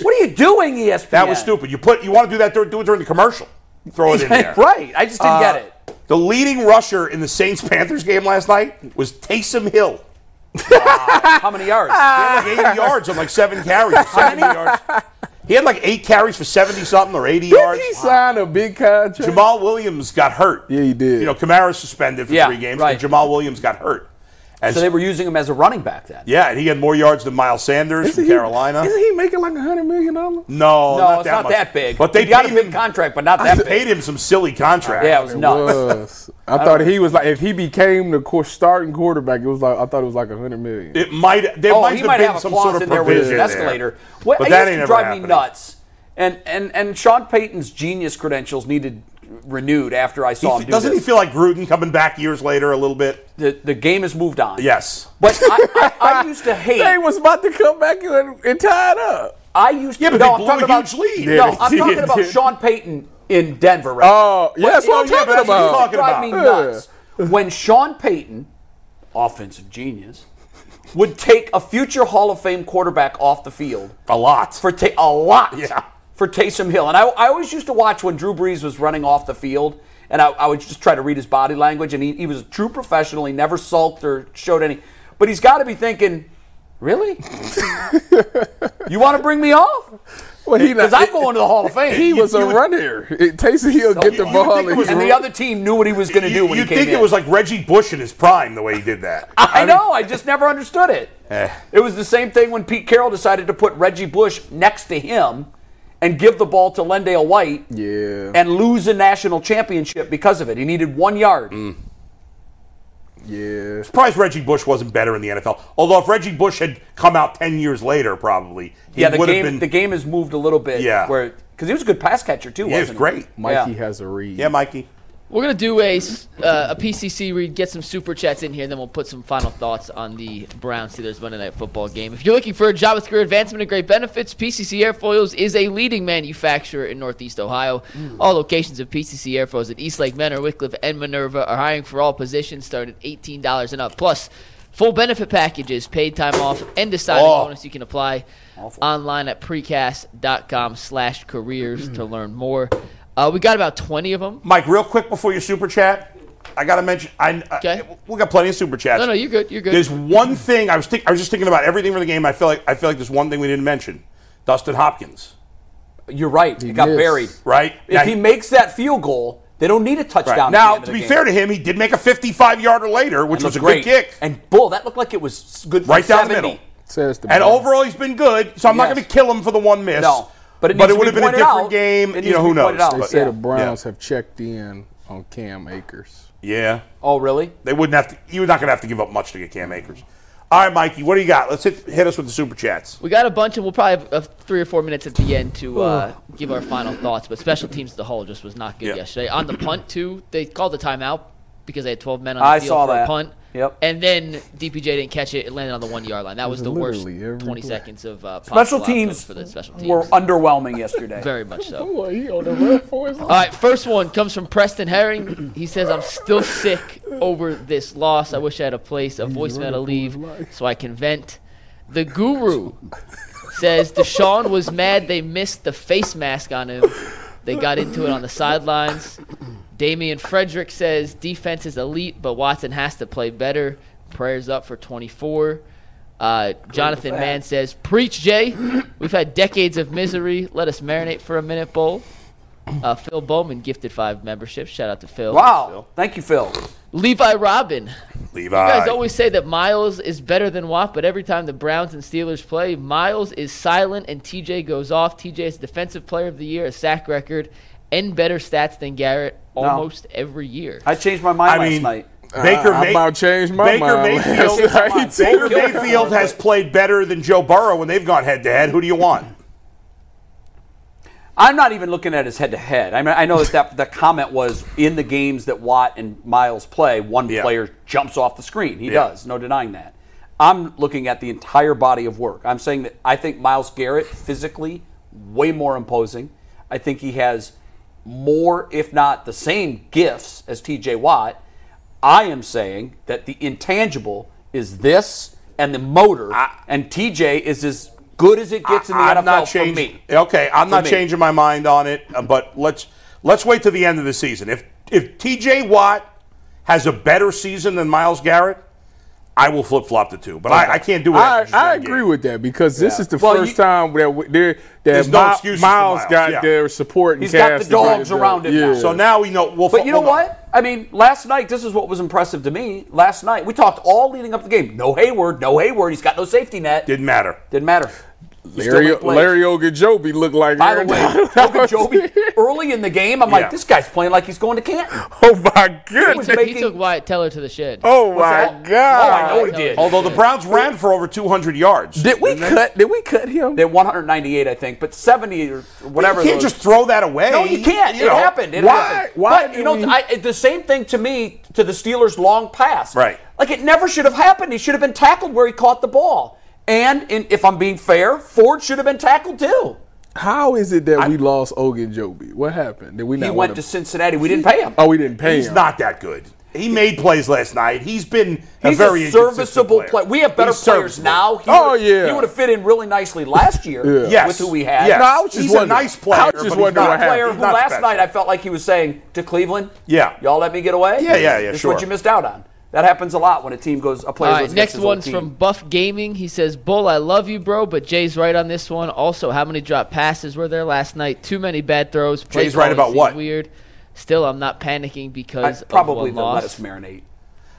What are you doing, E ESPN? That was stupid. You put you want to do that during, do it during the commercial. Throw it in there. right. I just didn't Uh, get it. The leading rusher in the Saints Panthers game last night was Taysom Hill. Uh, How many yards? He had like 80 yards on like seven carries. or 70 yards. He had like eight carries for 70 something or 80 yards. Did he sign a big contract? Jamal Williams got hurt. Yeah, he did. You know, Kamara's suspended for Yeah, three games, right. and Jamal Williams got hurt. And so they were using him as a running back then. yeah, and he had more yards than Miles Sanders Isn't from he- Carolina. Isn't he making like a hundred million dollars? No, No, not it's that not much. that big. But they He got paid a big him, contract, but not that they big. paid him some silly contract. Yeah, it was nuts. Was. I thought he was like if he became the course starting quarterback, it was like I thought it was like a hundred million. It might. There oh, might he have might been have a some clause sort of in there with provision an there. escalator. What, But I that used ain't to ever drive me happening. nuts. And and and Sean Payton's genius credentials needed renewed after I He saw fe- him do doesn't this. he feel like Gruden coming back years later a little bit? the, the game has moved on. Yes. But I, I, I used to hate. They was about to come back and, and tie it up. I used to. Yeah, but no, they I'm blew talking a about, huge lead. No, Yeah, I'm they talking did. about Sean Payton in Denver right now. Oh, yeah, that's what I'm yeah, talking but that's what you're about. talking drive me about. nuts when Sean Payton, offensive genius, would take a future Hall of Fame quarterback off the field A lot. for ta- a lot Yeah. for Taysom Hill. And I, I always used to watch when Drew Brees was running off the field, and I, I would just try to read his body language. And he, he was a true professional. He never sulked or showed any. But he's got to be thinking, really? you want to bring me off? Well, he Because not- I'm going to the Hall of Fame. He was a runner. It, Taysom Hill get the you would ball. think it and- was and the other team knew what he was going to You- do when you he came think in. it was like Reggie Bush in his prime the way he did that. I know. I just never understood it. Eh. It was the same thing when Pete Carroll decided to put Reggie Bush next to him and give the ball to Lendale White Yeah. and lose a national championship because of it. He needed one yard. Mm-hmm. yeah. Surprised Reggie Bush wasn't better in the NFL. Although if Reggie Bush had come out ten years later, probably he Yeah, the would game have been. the game has moved a little bit. Yeah. Where because he was a good pass catcher too. yeah, he wasn't was great. Yeah. Mikey has a read. Yeah, Mikey. We're gonna do a s- uh, a PCC read, get some super chats in here, and then we'll put some final thoughts on the Brown Steelers Monday Night Football game. If you're looking for a job with career advancement and great benefits, PCC Airfoils is a leading manufacturer in Northeast Ohio. All locations of PCC Airfoils at Eastlake, Menor, Wickliffe, and Minerva are hiring for all positions, starting at eighteen dollars and up. Plus, full benefit packages, paid time off, and a signing bonus. You can apply online at precast.com/careers slash careers to learn more. Uh, we got about twenty of them. Mike, real quick before your super chat, I gotta mention. I, I- Okay. we got plenty of super chats. No, no, you're good. You're good. There's one thing I was think, I was just thinking about everything for the game. I feel like I feel like there's one thing we didn't mention: Dustin Hopkins. You're right. He got missed. buried. Right. If Now- he makes that field goal, they don't need a Right. touchdown. Now, to be fair to him, he did make a 55 yarder later, which was a great good kick. And, And bull, that looked like it was good. For Right down the 70. middle. Says the man. overall, he's been good. So I'm not Yes. going to kill him for the one miss. No. But it needs to would have be been a pointed different out. game. It you needs know to be who knows? pointed out. They But- say Oh, Yeah. the Browns have checked in on Cam Akers. yeah, Oh, really? they wouldn't have to. You're not going to have to give up much to get Cam Akers. All right, Mikey, what do you got? Let's hit, hit us with the super chats. we got a bunch, and we'll probably have uh, three or four minutes at the end to uh, Oh. give our final thoughts. But special teams, as a whole, just was not good Yeah. yesterday. On the punt, too, they called the timeout because they had 12 men on the I field saw for a that. punt. Yep. And then DPJ didn't catch it. It landed on the one yard line. That was the worst literally every 20 play. seconds of uh, Special possible outcomes teams, for the special teams. were underwhelming yesterday. Very much so. Boy, he on the red for his All right, first one comes from Preston Herring. He says, I'm still sick over this loss. I wish I had a place, a voicemail to leave so I can vent. The guru says Deshaun was mad they missed the face mask on him. They got into it on the sidelines. Damian Frederick says defense is elite, but Watson has to play better. Prayers up for 24. Uh, Jonathan Mann says, Preach, Jay. We've had decades of misery. Let us marinate for a minute, Bowl. Uh, Phil Bowman gifted five memberships. Shout out to Phil. Wow. Thank you, Phil. Levi Robin. Levi. You guys always say that Miles is better than Watt, but every time the Browns and Steelers play, Miles is silent and TJ goes off. TJ is Defensive Player of the Year, a sack record, and better stats than Garrett almost every year. I changed my mind I last mean, night. Baker, Uh, I- I May- about changed my Baker mind Mayfield, last night. Baker Mayfield has played better than Joe Burrow when they've gone head to head. Who do you want? I'm not even looking at his head to head. I mean, I know that, that the comment was in the games that Watt and Miles play, one Yeah. player jumps off the screen. He Yeah. does, no denying that. I'm looking at the entire body of work. I'm saying that I think Miles Garrett physically way more imposing. I think he has more, if not the same, gifts as TJ Watt. I am saying that the intangible is this and the motor, and TJ is as good as it gets in the I- NFL I'm not for changing. me. Okay, I'm For not me. changing my mind on it, uh, but let's let's wait to the end of the season. If if TJ Watt has a better season than Miles Garrett, I will flip flop the two. But I, I can't do it. I, after just I one agree game. with that because this Yeah. is the Well, first you- time that we, there that There's no Mi- excuses for Miles Miles, got yeah. their support. and He's got the cast behind dogs them. around him now. Yeah. So now we know. We'll, But you know we'll know. what? I mean, last night, this is what was impressive to me. Last night, we talked all leading up to the game. No Hayward, no Hayward. He's got no safety net. Didn't matter. Didn't matter. He still Larry, made plays. Larry Ogunjobi looked like By the Aaron way, Donald. Ogunjobi, early in the game, I'm Yeah. like, this guy's playing like he's going to Canton. oh my was goodness! he making- took Wyatt Teller to the shed. Oh my that? God! Oh, I know he did. Although the Browns ran for over 200 yards, Did we cut? Did we cut him? They're 198, I think, but 70 or whatever. you can't those- just throw that away. No, you can't. You it know? happened. It why- happened. why But, do you know, we- I, it- the same thing to me to the Steelers' long pass. Right. Like it never should have happened. He should have been tackled where he caught the ball. And in, if I'm being fair, Ford should have been tackled too. How is it that we lost Ogunjobi? What happened? Did we He not? went want to him? Cincinnati. We didn't pay him. Oh, we didn't pay He's him. not that good. He made plays last night. He's been He's a very a serviceable inconsistent player. We have better He's players serviceable. now. He Oh, would- yeah. He would have fit in really nicely last year Yes. with who we had. Yes. No, I was just he's wondering. a nice player. I was just but he's wondering not what a player player happened. who who last special. night I felt like he was saying to Cleveland, Yeah. y'all let me get away." Yeah, yeah, yeah, This is sure. what you missed out on. That happens a lot when a team goes a player All goes right, against next his old one's team. from Buff Gaming. He says, Bull, I love you, bro, but Jay's right on this one. Also, how many drop passes were there last night? Too many bad throws. Play Jay's right calling about seemed what? Weird. Still, I'm not panicking I because probably of the one let loss. us marinate.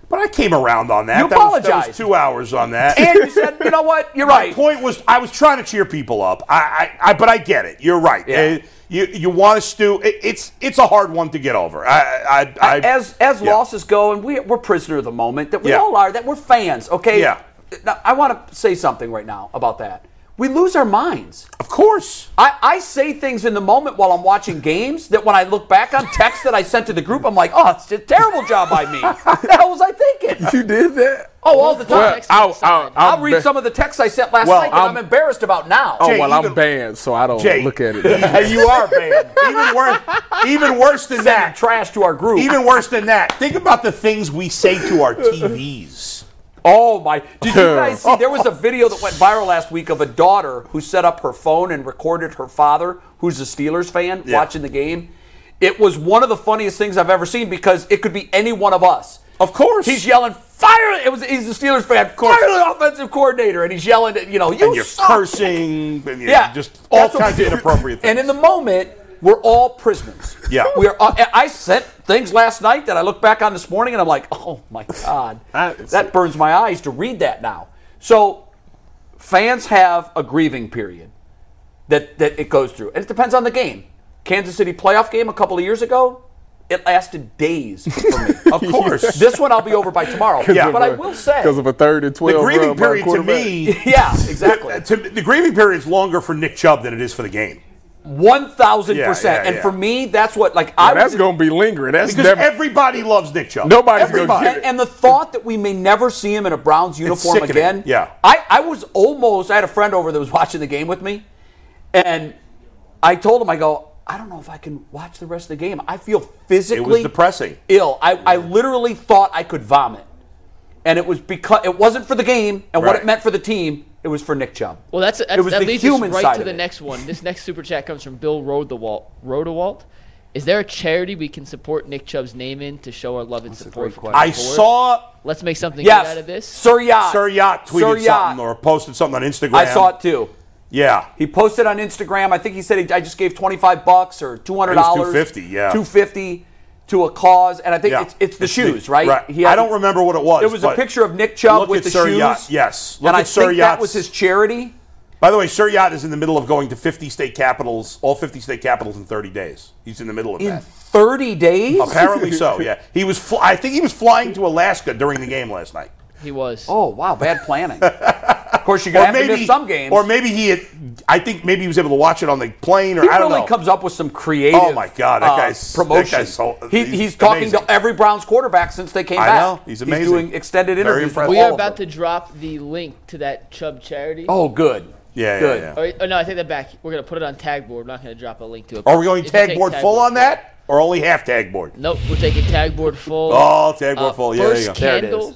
But I came around on that. You That was- that Was, apologized. two hours on that. And you said, you know what? You're my right. point was, I was trying to cheer people up. I, I, I but I get it. You're right. Yeah. Uh, you, you want to stew. It, it's, it's a hard one to get over. I, I, I, as as yeah. losses go, and we we're prisoner of the moment that we Yeah. all are. That we're fans, okay? Yeah. Now, I want to say something right now about that. We lose our minds. Of course. I, I say things in the moment while I'm watching games that when I look back on texts that I sent to the group, I'm like, oh, it's a terrible job by me. what the hell was I thinking? You did that? Oh, all the time. Well, I'll- I'll- I'll, I'll read be- some of the texts I sent last Well, night that I'm, I'm- embarrassed about now. Oh Jay, well, even- I'm banned, so I don't Jay, look at it. you are banned. Even worse, even worse than Sending that. trash to our group. Even worse than that. Think about the things we say to our TVs. Oh my! Did you guys see? There was a video that went viral last week of a daughter who set up her phone and recorded her father, who's a Steelers fan, Yeah. watching the game. It was one of the funniest things I've ever seen because it could be any one of us. Of course. He's yelling, "Fire!" It was he's a Steelers fan, of course. Fire the offensive coordinator, and he's yelling, at, you know, you and you're suck." cursing and you're Yeah, just all That's what kinds we of do. inappropriate things. And in the moment, we're all prisoners. Yeah. we are. I I sent things last night that I look back on this morning, and I'm like, oh my god, That's- that burns my eyes to read that now. So, fans have a grieving period that that it goes through, and it depends on the game. Kansas City playoff game a couple of years ago, it lasted days for me. of course. this one I'll be over by tomorrow. Yeah. but I will say, because of a third and the twelve. grieving run by a period to quarterback. me, yeah, exactly. to, the grieving period is longer for Nick Chubb than it is for the game. One thousand Yeah, percent. yeah, And yeah. for me, that's what like I Now, that's was- gonna be lingering. That's Because never. everybody loves Nick Chubb. Nobody's gonna everybody. get And, and the thought that we may never see him in a Browns uniform sickening. again. Yeah. I, I was almost, I had a friend over that was watching the game with me, and I told him, I go, I don't know if I can watch the rest of the game. I feel physically It was depressing. ill. I, I literally thought I could vomit. And it was because it wasn't for the game and what Right. it meant for the team, it was for Nick Chubb. Well, that's, that's It was that the leads human us side right to of the it. next one. This next super chat comes from Bill Rodewalt. Rodewalt, is there a charity we can support Nick Chubb's name in to show our love and support? for I 24? saw Let's make something Yes. good out of this. Sir Yacht. Sir Yacht tweeted Sir Yacht. something or posted something on Instagram. I saw it too. Yeah. He posted on Instagram. I think he said he, I just gave twenty five bucks or two hundred dollars. $250, yeah. two fifty to a cause, and I think Yeah. it's, it's the shoes, right? He had- I don't remember what it was. It was a but picture of Nick Chubb look with at the Sir shoes. Yacht. Yes. Look and I at Sir think that Yacht's- was his charity. By the way, Sir Yacht is in the middle of going to 50 state capitals, all 50 state capitals in 30 days. He's in the middle of In that. thirty days. Apparently so. Yeah. He was. Fl- I think he was flying to Alaska during the game last night. He was. Oh wow, bad planning. of course, you're gonna Or have to maybe miss some games. Or maybe he. Had, I think maybe he was able to watch it on the plane, or He I don't really know. comes up with some creative. uh, Oh, my God, that guy's- promotion. that guy's so- he, he's, he's talking amazing. to every Browns quarterback since they came I back. know. He's amazing. doing extended Very interviews. with impressive. we all are of about them. to drop the link to that Chubb charity. Oh, good. yeah, yeah, Good. yeah. Or, oh no, I take that back. We're gonna put it on tag board. We're not gonna drop a link to it. Are we going If you tag take board full board- on that, or only half tag board? Nope, we're taking tag board full. Oh, tag board Uh, full. Yeah, there you first go. There it candle. is.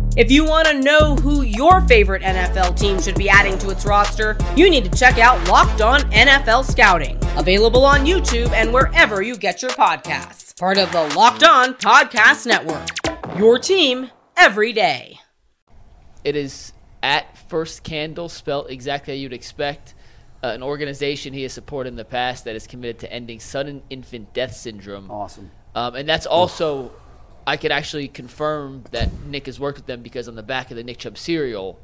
If you want to know who your favorite NFL team should be adding to its roster, you need to check out Locked On NFL Scouting, available on YouTube and wherever you get your podcasts. Part of the Locked On Podcast Network. Your team every day. It is at First Candle, spelled exactly how you'd expect. Uh, an organization he has supported in the past that is committed to ending sudden infant death syndrome. Awesome. Um, and that's also, I could actually confirm that Nick has worked with them because on the back of the Nick Chubb cereal,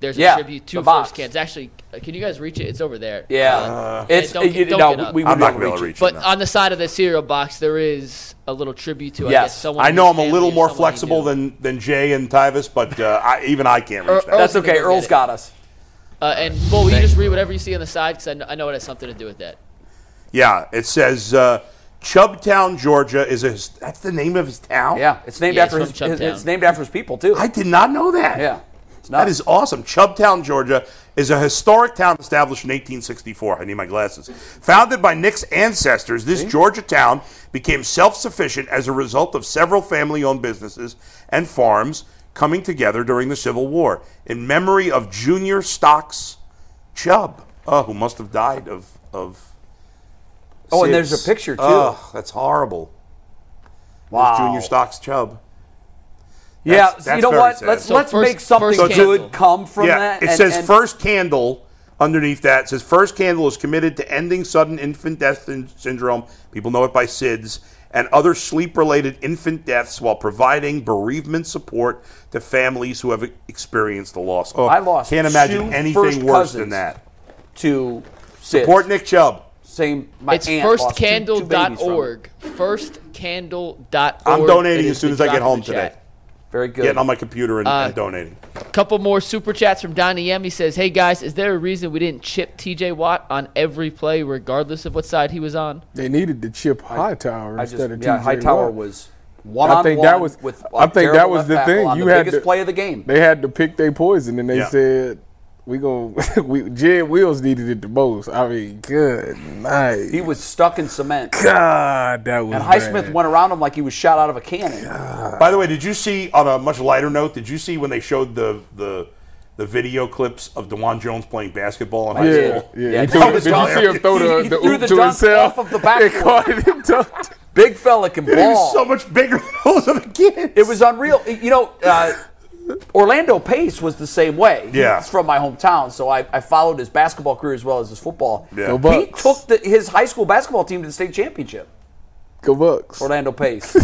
there's a Yeah, tribute to the First box. Candle. It's actually, uh, can you guys reach it? It's over there. Yeah, Uh, it's don't get- you- don't no, get up. we I'm wouldn't not going to be able to reach But it. no. on the side of the cereal box, there is a little tribute to I Yes. guess someone. I in know his I'm a family little or more someone he flexible knew. than, than Jay and Tyvis, but uh, I, even I can't Or- reach or- that. That's okay. Earl's gonna Earl's get it. got us. Uh, and well, will you just read whatever you see on the side because I, kn- I know it has something to do with that. yeah, it says uh, Chubbtown, Georgia is a. That's the name of his town. Yeah, it's named Yeah, after it's his, from his- Chubbtown. It's named after his people too. I did not know that. yeah, it's not. That is awesome. Chubbtown, Georgia is a historic town established in 1864. I need my glasses. Founded by Nick's ancestors, this Georgia town became self sufficient as a result of several family owned businesses and farms coming together during the Civil War in memory of Junior Stocks Chubb, uh, who must have died of. of Oh, and SIDS. there's a picture, too. Ugh, that's horrible. wow. Junior Stocks Chubb. Yeah, That's- so you that's know very what? sad. Let's So let's first- make something first candle. good come from that. It and- says and- first candle underneath that. It says first candle is committed to ending sudden infant death syn- syndrome. People know it by SIDS and other sleep related infant deaths while providing bereavement support to families who have experienced the loss. Oh, I lost Can't two imagine first anything worse than cousins. that. to Sid's. Support Nick Chubb. Same. My it's aunt lost two- two babies from it. firstcandle.org. Firstcandle.org. I'm donating It is as soon the as I drop get in the home today. chat. Uh, Very good. Getting on my computer and, and donating. Couple more super chats from Donnie M. He says, "Hey guys, is there a reason we didn't chip T.J. Watt on every play, regardless of what side he was on?" They needed to chip Hightower I just, instead of yeah, TJ Hightower Watt. was one I think that was. with a I think that terrible was the left tackle thing. on You the had biggest to- play of the game. They had to pick their poison, and they Yeah. said we going we Jed Wills needed it the most. I mean, good night. He was stuck in cement, God, that was and Highsmith bad. went around him like he was shot out of a cannon. By the way, did you see on a much lighter note? Did you see when they showed the the the video clips of Dewan Jones playing basketball? In high Yeah, school? yeah. Yeah, He that threw- was did you see him hilarious. throw He- the, he the threw oop the to dunk himself? off of the They backboard. called him dunked. Big fella can He was ball. so much bigger than those other kids. It was unreal. You know, uh, Orlando Pace was the same way. Yeah. He's from my hometown, so I, I followed his basketball career as well as his football. Yeah. Go He Bucks. took the, his high school basketball team to the state championship. Go Bucks. Orlando Pace. I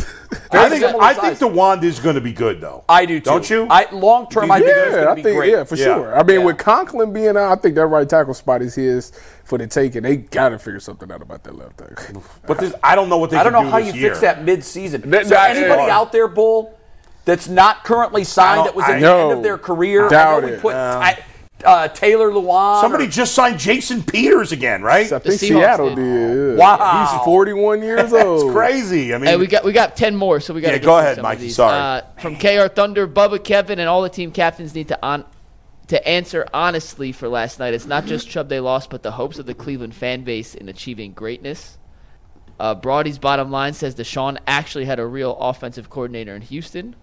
Very think similar I size. think Dewan is going to be good though. I do too. Don't you? I long term. I think yeah, it's going I to be think great. yeah, for Yeah. sure. I mean, Yeah. with Conklin being out, I think that right tackle spot is his for the taking. They got to figure something out about that left tackle. but this, I don't know what they. I don't can know do how this you year. fix that mid-season. That- so that- anybody yeah. out there, Bull, that's not currently I signed, don't- that was at I- the end No. of their career. I know Doubt we it. Put I- uh, Taylor Luan. Um, Somebody or- just signed Jason Peters again, right? I think Seahawks Seattle did. did. yeah. Wow. he's forty-one years old. It's crazy. I mean, Hey, Uh, we got we got ten more, so we got. Yeah, go ahead, Mikey, sorry. Uh, from KR Thunder, Bubba, Kevin, and all the team captains need to on to answer honestly for last night. It's not just Chubb they lost, but the hopes of the Cleveland fan base in achieving greatness. Uh, Brody's bottom line says Deshaun actually had a real offensive coordinator in Houston.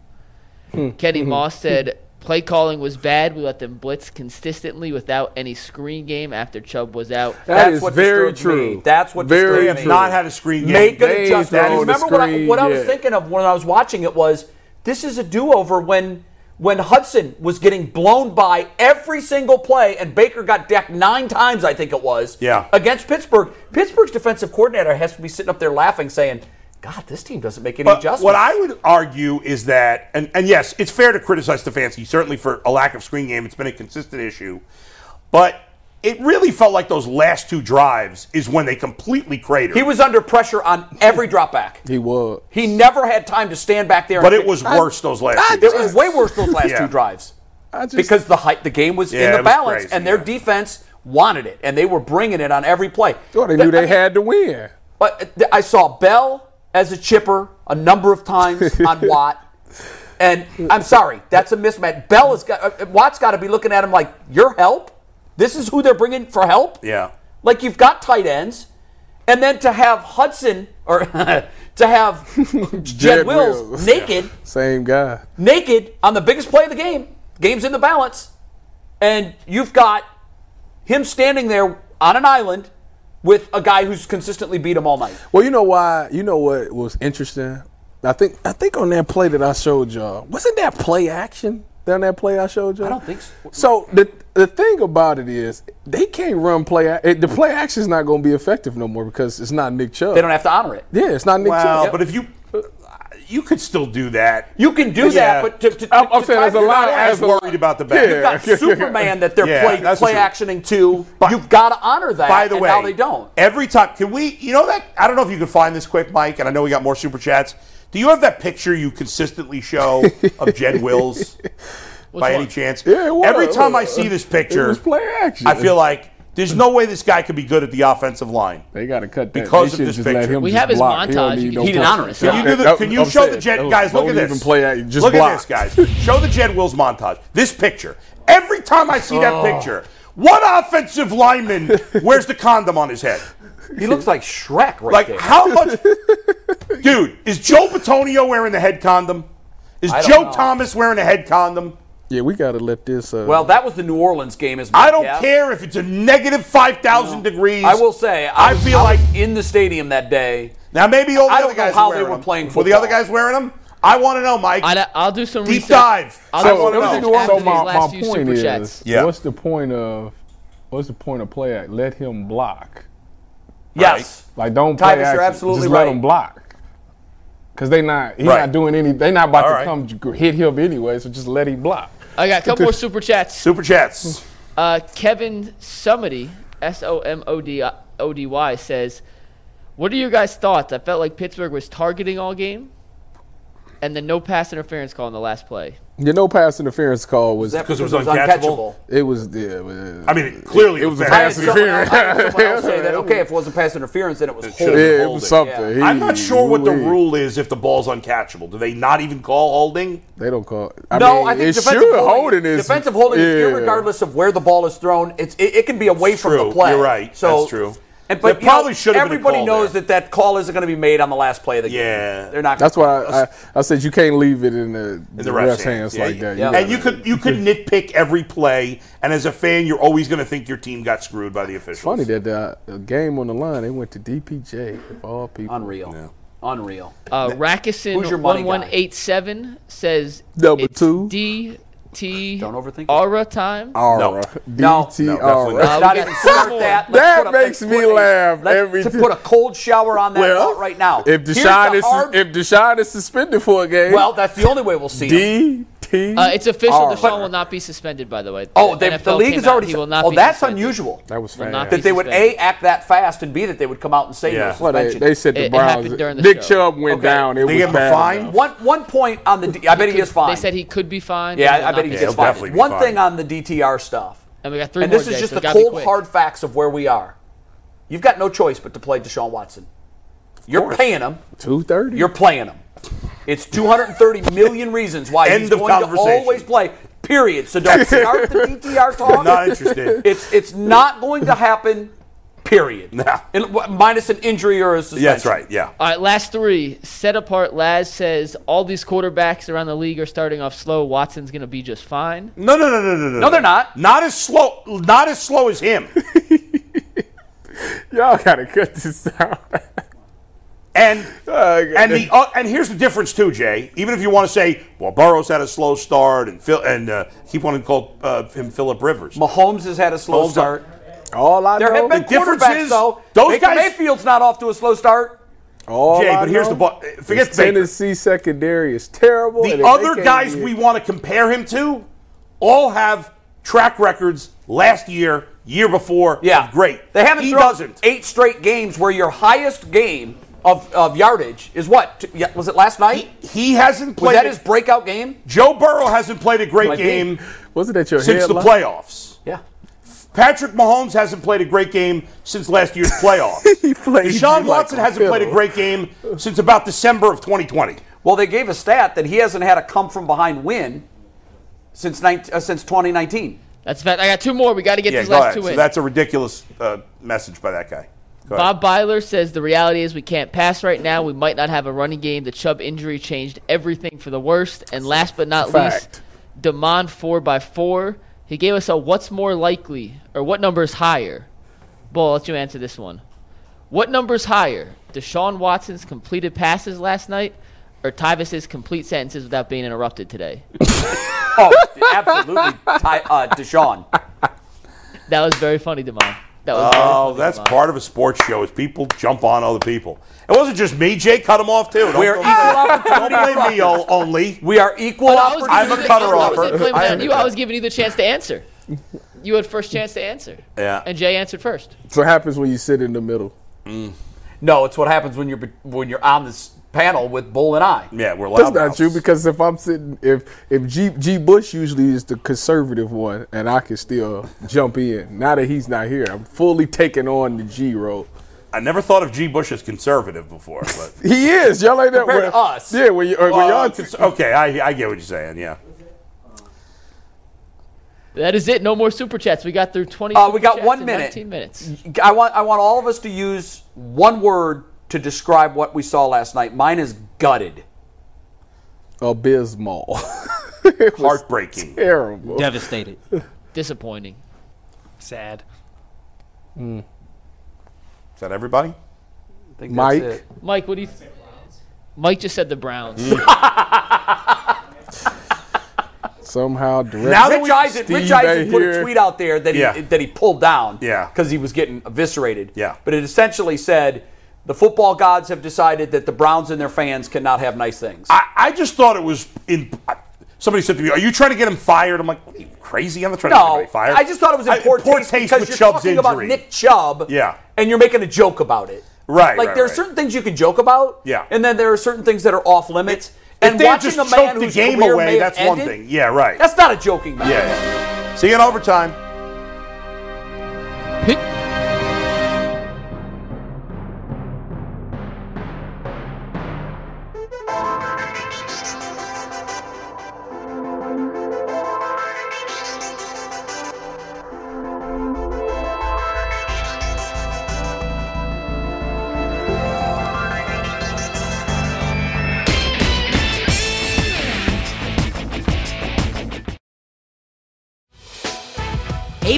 Hmm. Kenny Moss said play calling was bad. We let them blitz consistently without any screen game after Chubb was out. That That's is what very disturbs me. true. That's what very disturbs they me. have true. not had a screen game. make an They adjustment. throw Remember the what, I, screen, what I was yeah. thinking of when I was watching it was this is a do-over when when Hudson was getting blown by every single play and Baker got decked nine times, I think it was. Yeah. Against Pittsburgh, Pittsburgh's defensive coordinator has to be sitting up there laughing, saying, "God, this team doesn't make any But adjustments." What I would argue is that, and, and yes, it's fair to criticize Stefanski, certainly for a lack of screen game. It's been a consistent issue. But it really felt like those last two drives is when they completely cratered. he was under pressure on every drop back. He was. He never had time to stand back there. but and it pick- was worse those last two It drives. was way worse those last Yeah. two drives I just, because the height, the game was Yeah, in it the was balance, crazy, and their yeah. defense wanted it, and they were bringing it on every play. Well, they But- knew they had to win. But th- I saw Bell as a chipper a number of times on Watt. And I'm sorry, that's a mismatch. Bell has got uh, Watt's got to be looking at him like, "Your help? This is who they're bringing for help?" Yeah. Like you've got tight ends, and then to have Hudson or to have Jed, Jed Wills, Wills. naked, Same guy. naked on the biggest play of the game. Game's in the balance, and you've got him standing there on an island with a guy who's consistently beat him all night. Well, you know why? You know what was interesting? I think I think on that play that I showed y'all, wasn't that play action down that play I showed y'all? I don't think so. So the the thing about it is they can't run play. a- It, the play action's not going to be effective no more because it's not Nick Chubb. They don't have to honor it. yeah, it's not Nick Well, Chubb. but if you, you could still do that. You can do that, Yeah. but to, to, I'm- I'm to saying try as a to- line- you've I as was a- worried about the back. Yeah. got Superman that they're Yeah, play, that's play true. actioning to. You've got to honor that. By the and way, now they don't. Every time, can we? You know that I don't know if you can find this quick, Mike. And I know we got more super chats. Do you have that picture you consistently show of Jed Wills? by any chance? Yeah, it was. Every time I see this picture, It was play action. I feel like there's no way this guy could be good at the offensive line. they got to cut that. Because They should of this just let picture. him We just have his block. He don't montage. need You no can- He didn't punch. honor us. Can you, do the, That- can you I'm show the saying, Jed that was- guys? Look don't at this. even play act- just look block. at this, guys. Show the Jed Wills montage. This picture. Every time I see Oh. that picture, what offensive lineman wears the condom on his head? He looks like Shrek right Like there. how much, dude? Is Joe Batonio wearing the head condom? Is I don't Joe know. Thomas wearing a head condom? Yeah, we got to let this. Uh, well, that was the New Orleans game as well. I don't care if it's a negative five thousand degrees. I will say, I, I was- feel I was like- in the stadium that day. Now maybe all the I other don't know guys how are they wearing were them. playing Were the other football. guys wearing them? I want to know, Mike. I'd, I'll do some Deep research. dive. I'll So do some what research about- after so these my, last my few point super is, chats. Yeah. what's the point of what's the point of play? Act? Let him block. Yes. Like don't Tyvus, play you're action. absolutely just right. let him block. because they not he's Right. not doing any. They not about All to right. come g- hit him anyway. So just let him block. I got a couple more super chats. Super chats. Uh, Kevin Somody, S O M O D O D Y, says, "What are your guys' thoughts? I felt like Pittsburgh was targeting all game, and then no pass interference call in the last play. The no pass interference call was That 'Cause it was uncatchable? it was yeah, it was- I mean, it, clearly it was a bad. I had pass someone else, interference. I had someone else say that, okay, if it wasn't pass interference, then it was It holding. should've Yeah, it holding. was something. I'm not He- sure what the ooh-wee. rule is if the ball's uncatchable. Do they not even call holding? They don't call. I no, mean, I think it defensive should. holding, holding is defensive holding yeah. is regardless of where the ball is thrown. It's it, it can be away from True, the play. you're right, So that's true. And There but you know, probably should have been a everybody call knows there. that that call isn't going to be made on the last play of the game. Yeah. they're not. That's gonna- why I, I, I said you can't leave it in the, In the the ref's, ref's hands Yeah, like yeah. that. yeah. And you could you could nitpick every play, and as a fan, you're always going to think your team got screwed by the officials. Funny that the, the game on the line, they went to DPJ of all people. unreal, unreal. Uh, Rackison Who's your money guy? 1187 says, Number it's two. D T Don't overthink it. Aura time. Aura. No. DT No, Aura. definitely Uh, not. Not we even got start four. that. Let's That put a- let's makes put me a- laugh let's- every to time. put a cold shower on that Well, thought right now. If Here's Deshaun the is hard- if Deshaun is suspended for a game, well, that's the only way we'll see. DT. him. Uh, it's official. Aura. Deshaun will not be suspended, by the way. Oh, they, the NFL league came is out, already. He will not oh, be that's suspended. unusual. That was Will fast. not be that they would a suspended. act that fast and b that they would come out and say Yeah. no Well, they, suspension. they said the It Browns. happened during the Nick show. Chubb went Okay. down. It They was gave him a bad fine? enough. one one point on the. D- I bet he gets fined. They said he could be fined. yeah, and I, I will bet not be he gets he'll fined. fined. definitely be One fined. thing on the DTR stuff, And we got three and more this is days, just so the gotta be cold quick. hard facts of where we are. You've got no choice but to play Deshaun Watson. You're paying him. Two thirty. You're playing him. It's 230 million reasons why End he's of going to conversation. always play. Period. So don't start the DTR talk. Not interested. It's it's not going to happen. Period. Nah. In- w- minus an injury or a suspension. yeah, that's right. Yeah. All right, last three. Set apart. Laz says all these quarterbacks around the league are starting off slow. Watson's going to be just fine. No, no, no, no, no, no. No, they're not. Not as slow. Not as slow as him. Y'all gotta cut this out. And Oh, God. and the uh, and here's the difference too, Jay. Even if you want to say, well, Burrow's had a slow start, and Phil and uh, keep wanting to call uh, him Philip Rivers. Mahomes has had a slow Mahomes- start. All I There know. have been the difference quarterbacks is though. those Baker guys- Mayfield's not off to a slow start. all Jay, I but here's the know bu- is forget Baker. Tennessee secondary is terrible. and if The they other can't guys get- we want to compare him to all have track records last year, year before. Yeah, of great. They haven't He thrown doesn't. eight straight games where your highest game of, of yardage is what? T- yeah, Was it last night? He, he hasn't Was played. that a- his breakout game? Joe Burrow hasn't played a great Might be. game wasn't that your since the headline? playoffs. Yeah. Patrick Mahomes hasn't played a great game since last year's playoffs. He played Deshaun you like Watson a hasn't played a fiddle. great game since about December of 2020. Well, they gave a stat that he hasn't had a come from behind win since 19, uh, since 2019. That's fact. I got two more. We got to get Yeah, these go last ahead. two So in. that's a ridiculous uh, message by that guy. Go ahead. Bob Byler says the reality is we can't pass right now. We might not have a running game. The Chubb injury changed everything for the worst. And last but not least, Fact. Demond four by four. He gave us a what's more likely or what number is higher. Bull, I'll let you answer this one. What number is higher? Deshaun Watson's completed passes last night or Tyvus's complete sentences without being interrupted today? Oh, absolutely, Ty, uh, Deshaun. That was very funny, Demond. That was very Oh, funny, that's Demond. part of a sports show is people jump on other people. It wasn't just me, Jay. Cut him off too. Don't, We are don't, equal don't opportunity. blame me crushers. o- only. We are equal Well, I was opportunity. I'm a giving you- cutter I wasn't offer. blaming I that am on a you. I cutter. was giving you the chance to answer. You had first chance to answer. Yeah. And Jay answered first. That's what happens when you sit in the middle. No, it's what happens when you're be- when you're on this panel with Bull and I. Yeah, we're That's loud. not true because if I'm sitting, if if G G Bush usually is the conservative one, and I can still jump in. Now that he's not here, I'm fully taking on the G role. I never thought of G. Bush as conservative before, but He is y'all like that. Compared when- to us. yeah. When, you, or when Well, y'all, cons- okay, I, I get what you're saying. Yeah, That is it. No more super chats. We got through 20. Uh, we super got chats one in minute. 19 minutes. I want I want all of us to use one word to describe what we saw last night. Mine is gutted. abysmal, heartbreaking. terrible. Devastated. Disappointing. Sad. Is that everybody? I think that's Mike? it. Mike, what do you. Mike just said the Browns. Somehow direct. Now that Rich we- Eisen, Rich Steve Eisen put a Ahir. tweet out there that Yeah. he that he pulled down Yeah. because he was getting eviscerated. Yeah. But it essentially said The football gods have decided that the Browns and their fans cannot have nice things. I, I just thought it was in. I- Somebody said to me, "Are you trying to get him fired?" I'm like, "What are you crazy? I'm not trying to get no, anybody fired." I just thought it was in poor, poor taste, taste because with you're Chubb's talking about injury. Nick Chubb, Yeah. and you're making a joke about it. Right, Like right, there are right. certain things you can joke about. Yeah. And then there are certain things that are off limits. if and they watching just a man choked the whose game career away, may have that's one ended, thing. Yeah, right. That's not a joking matter. yeah, yeah. See you in overtime. Hey,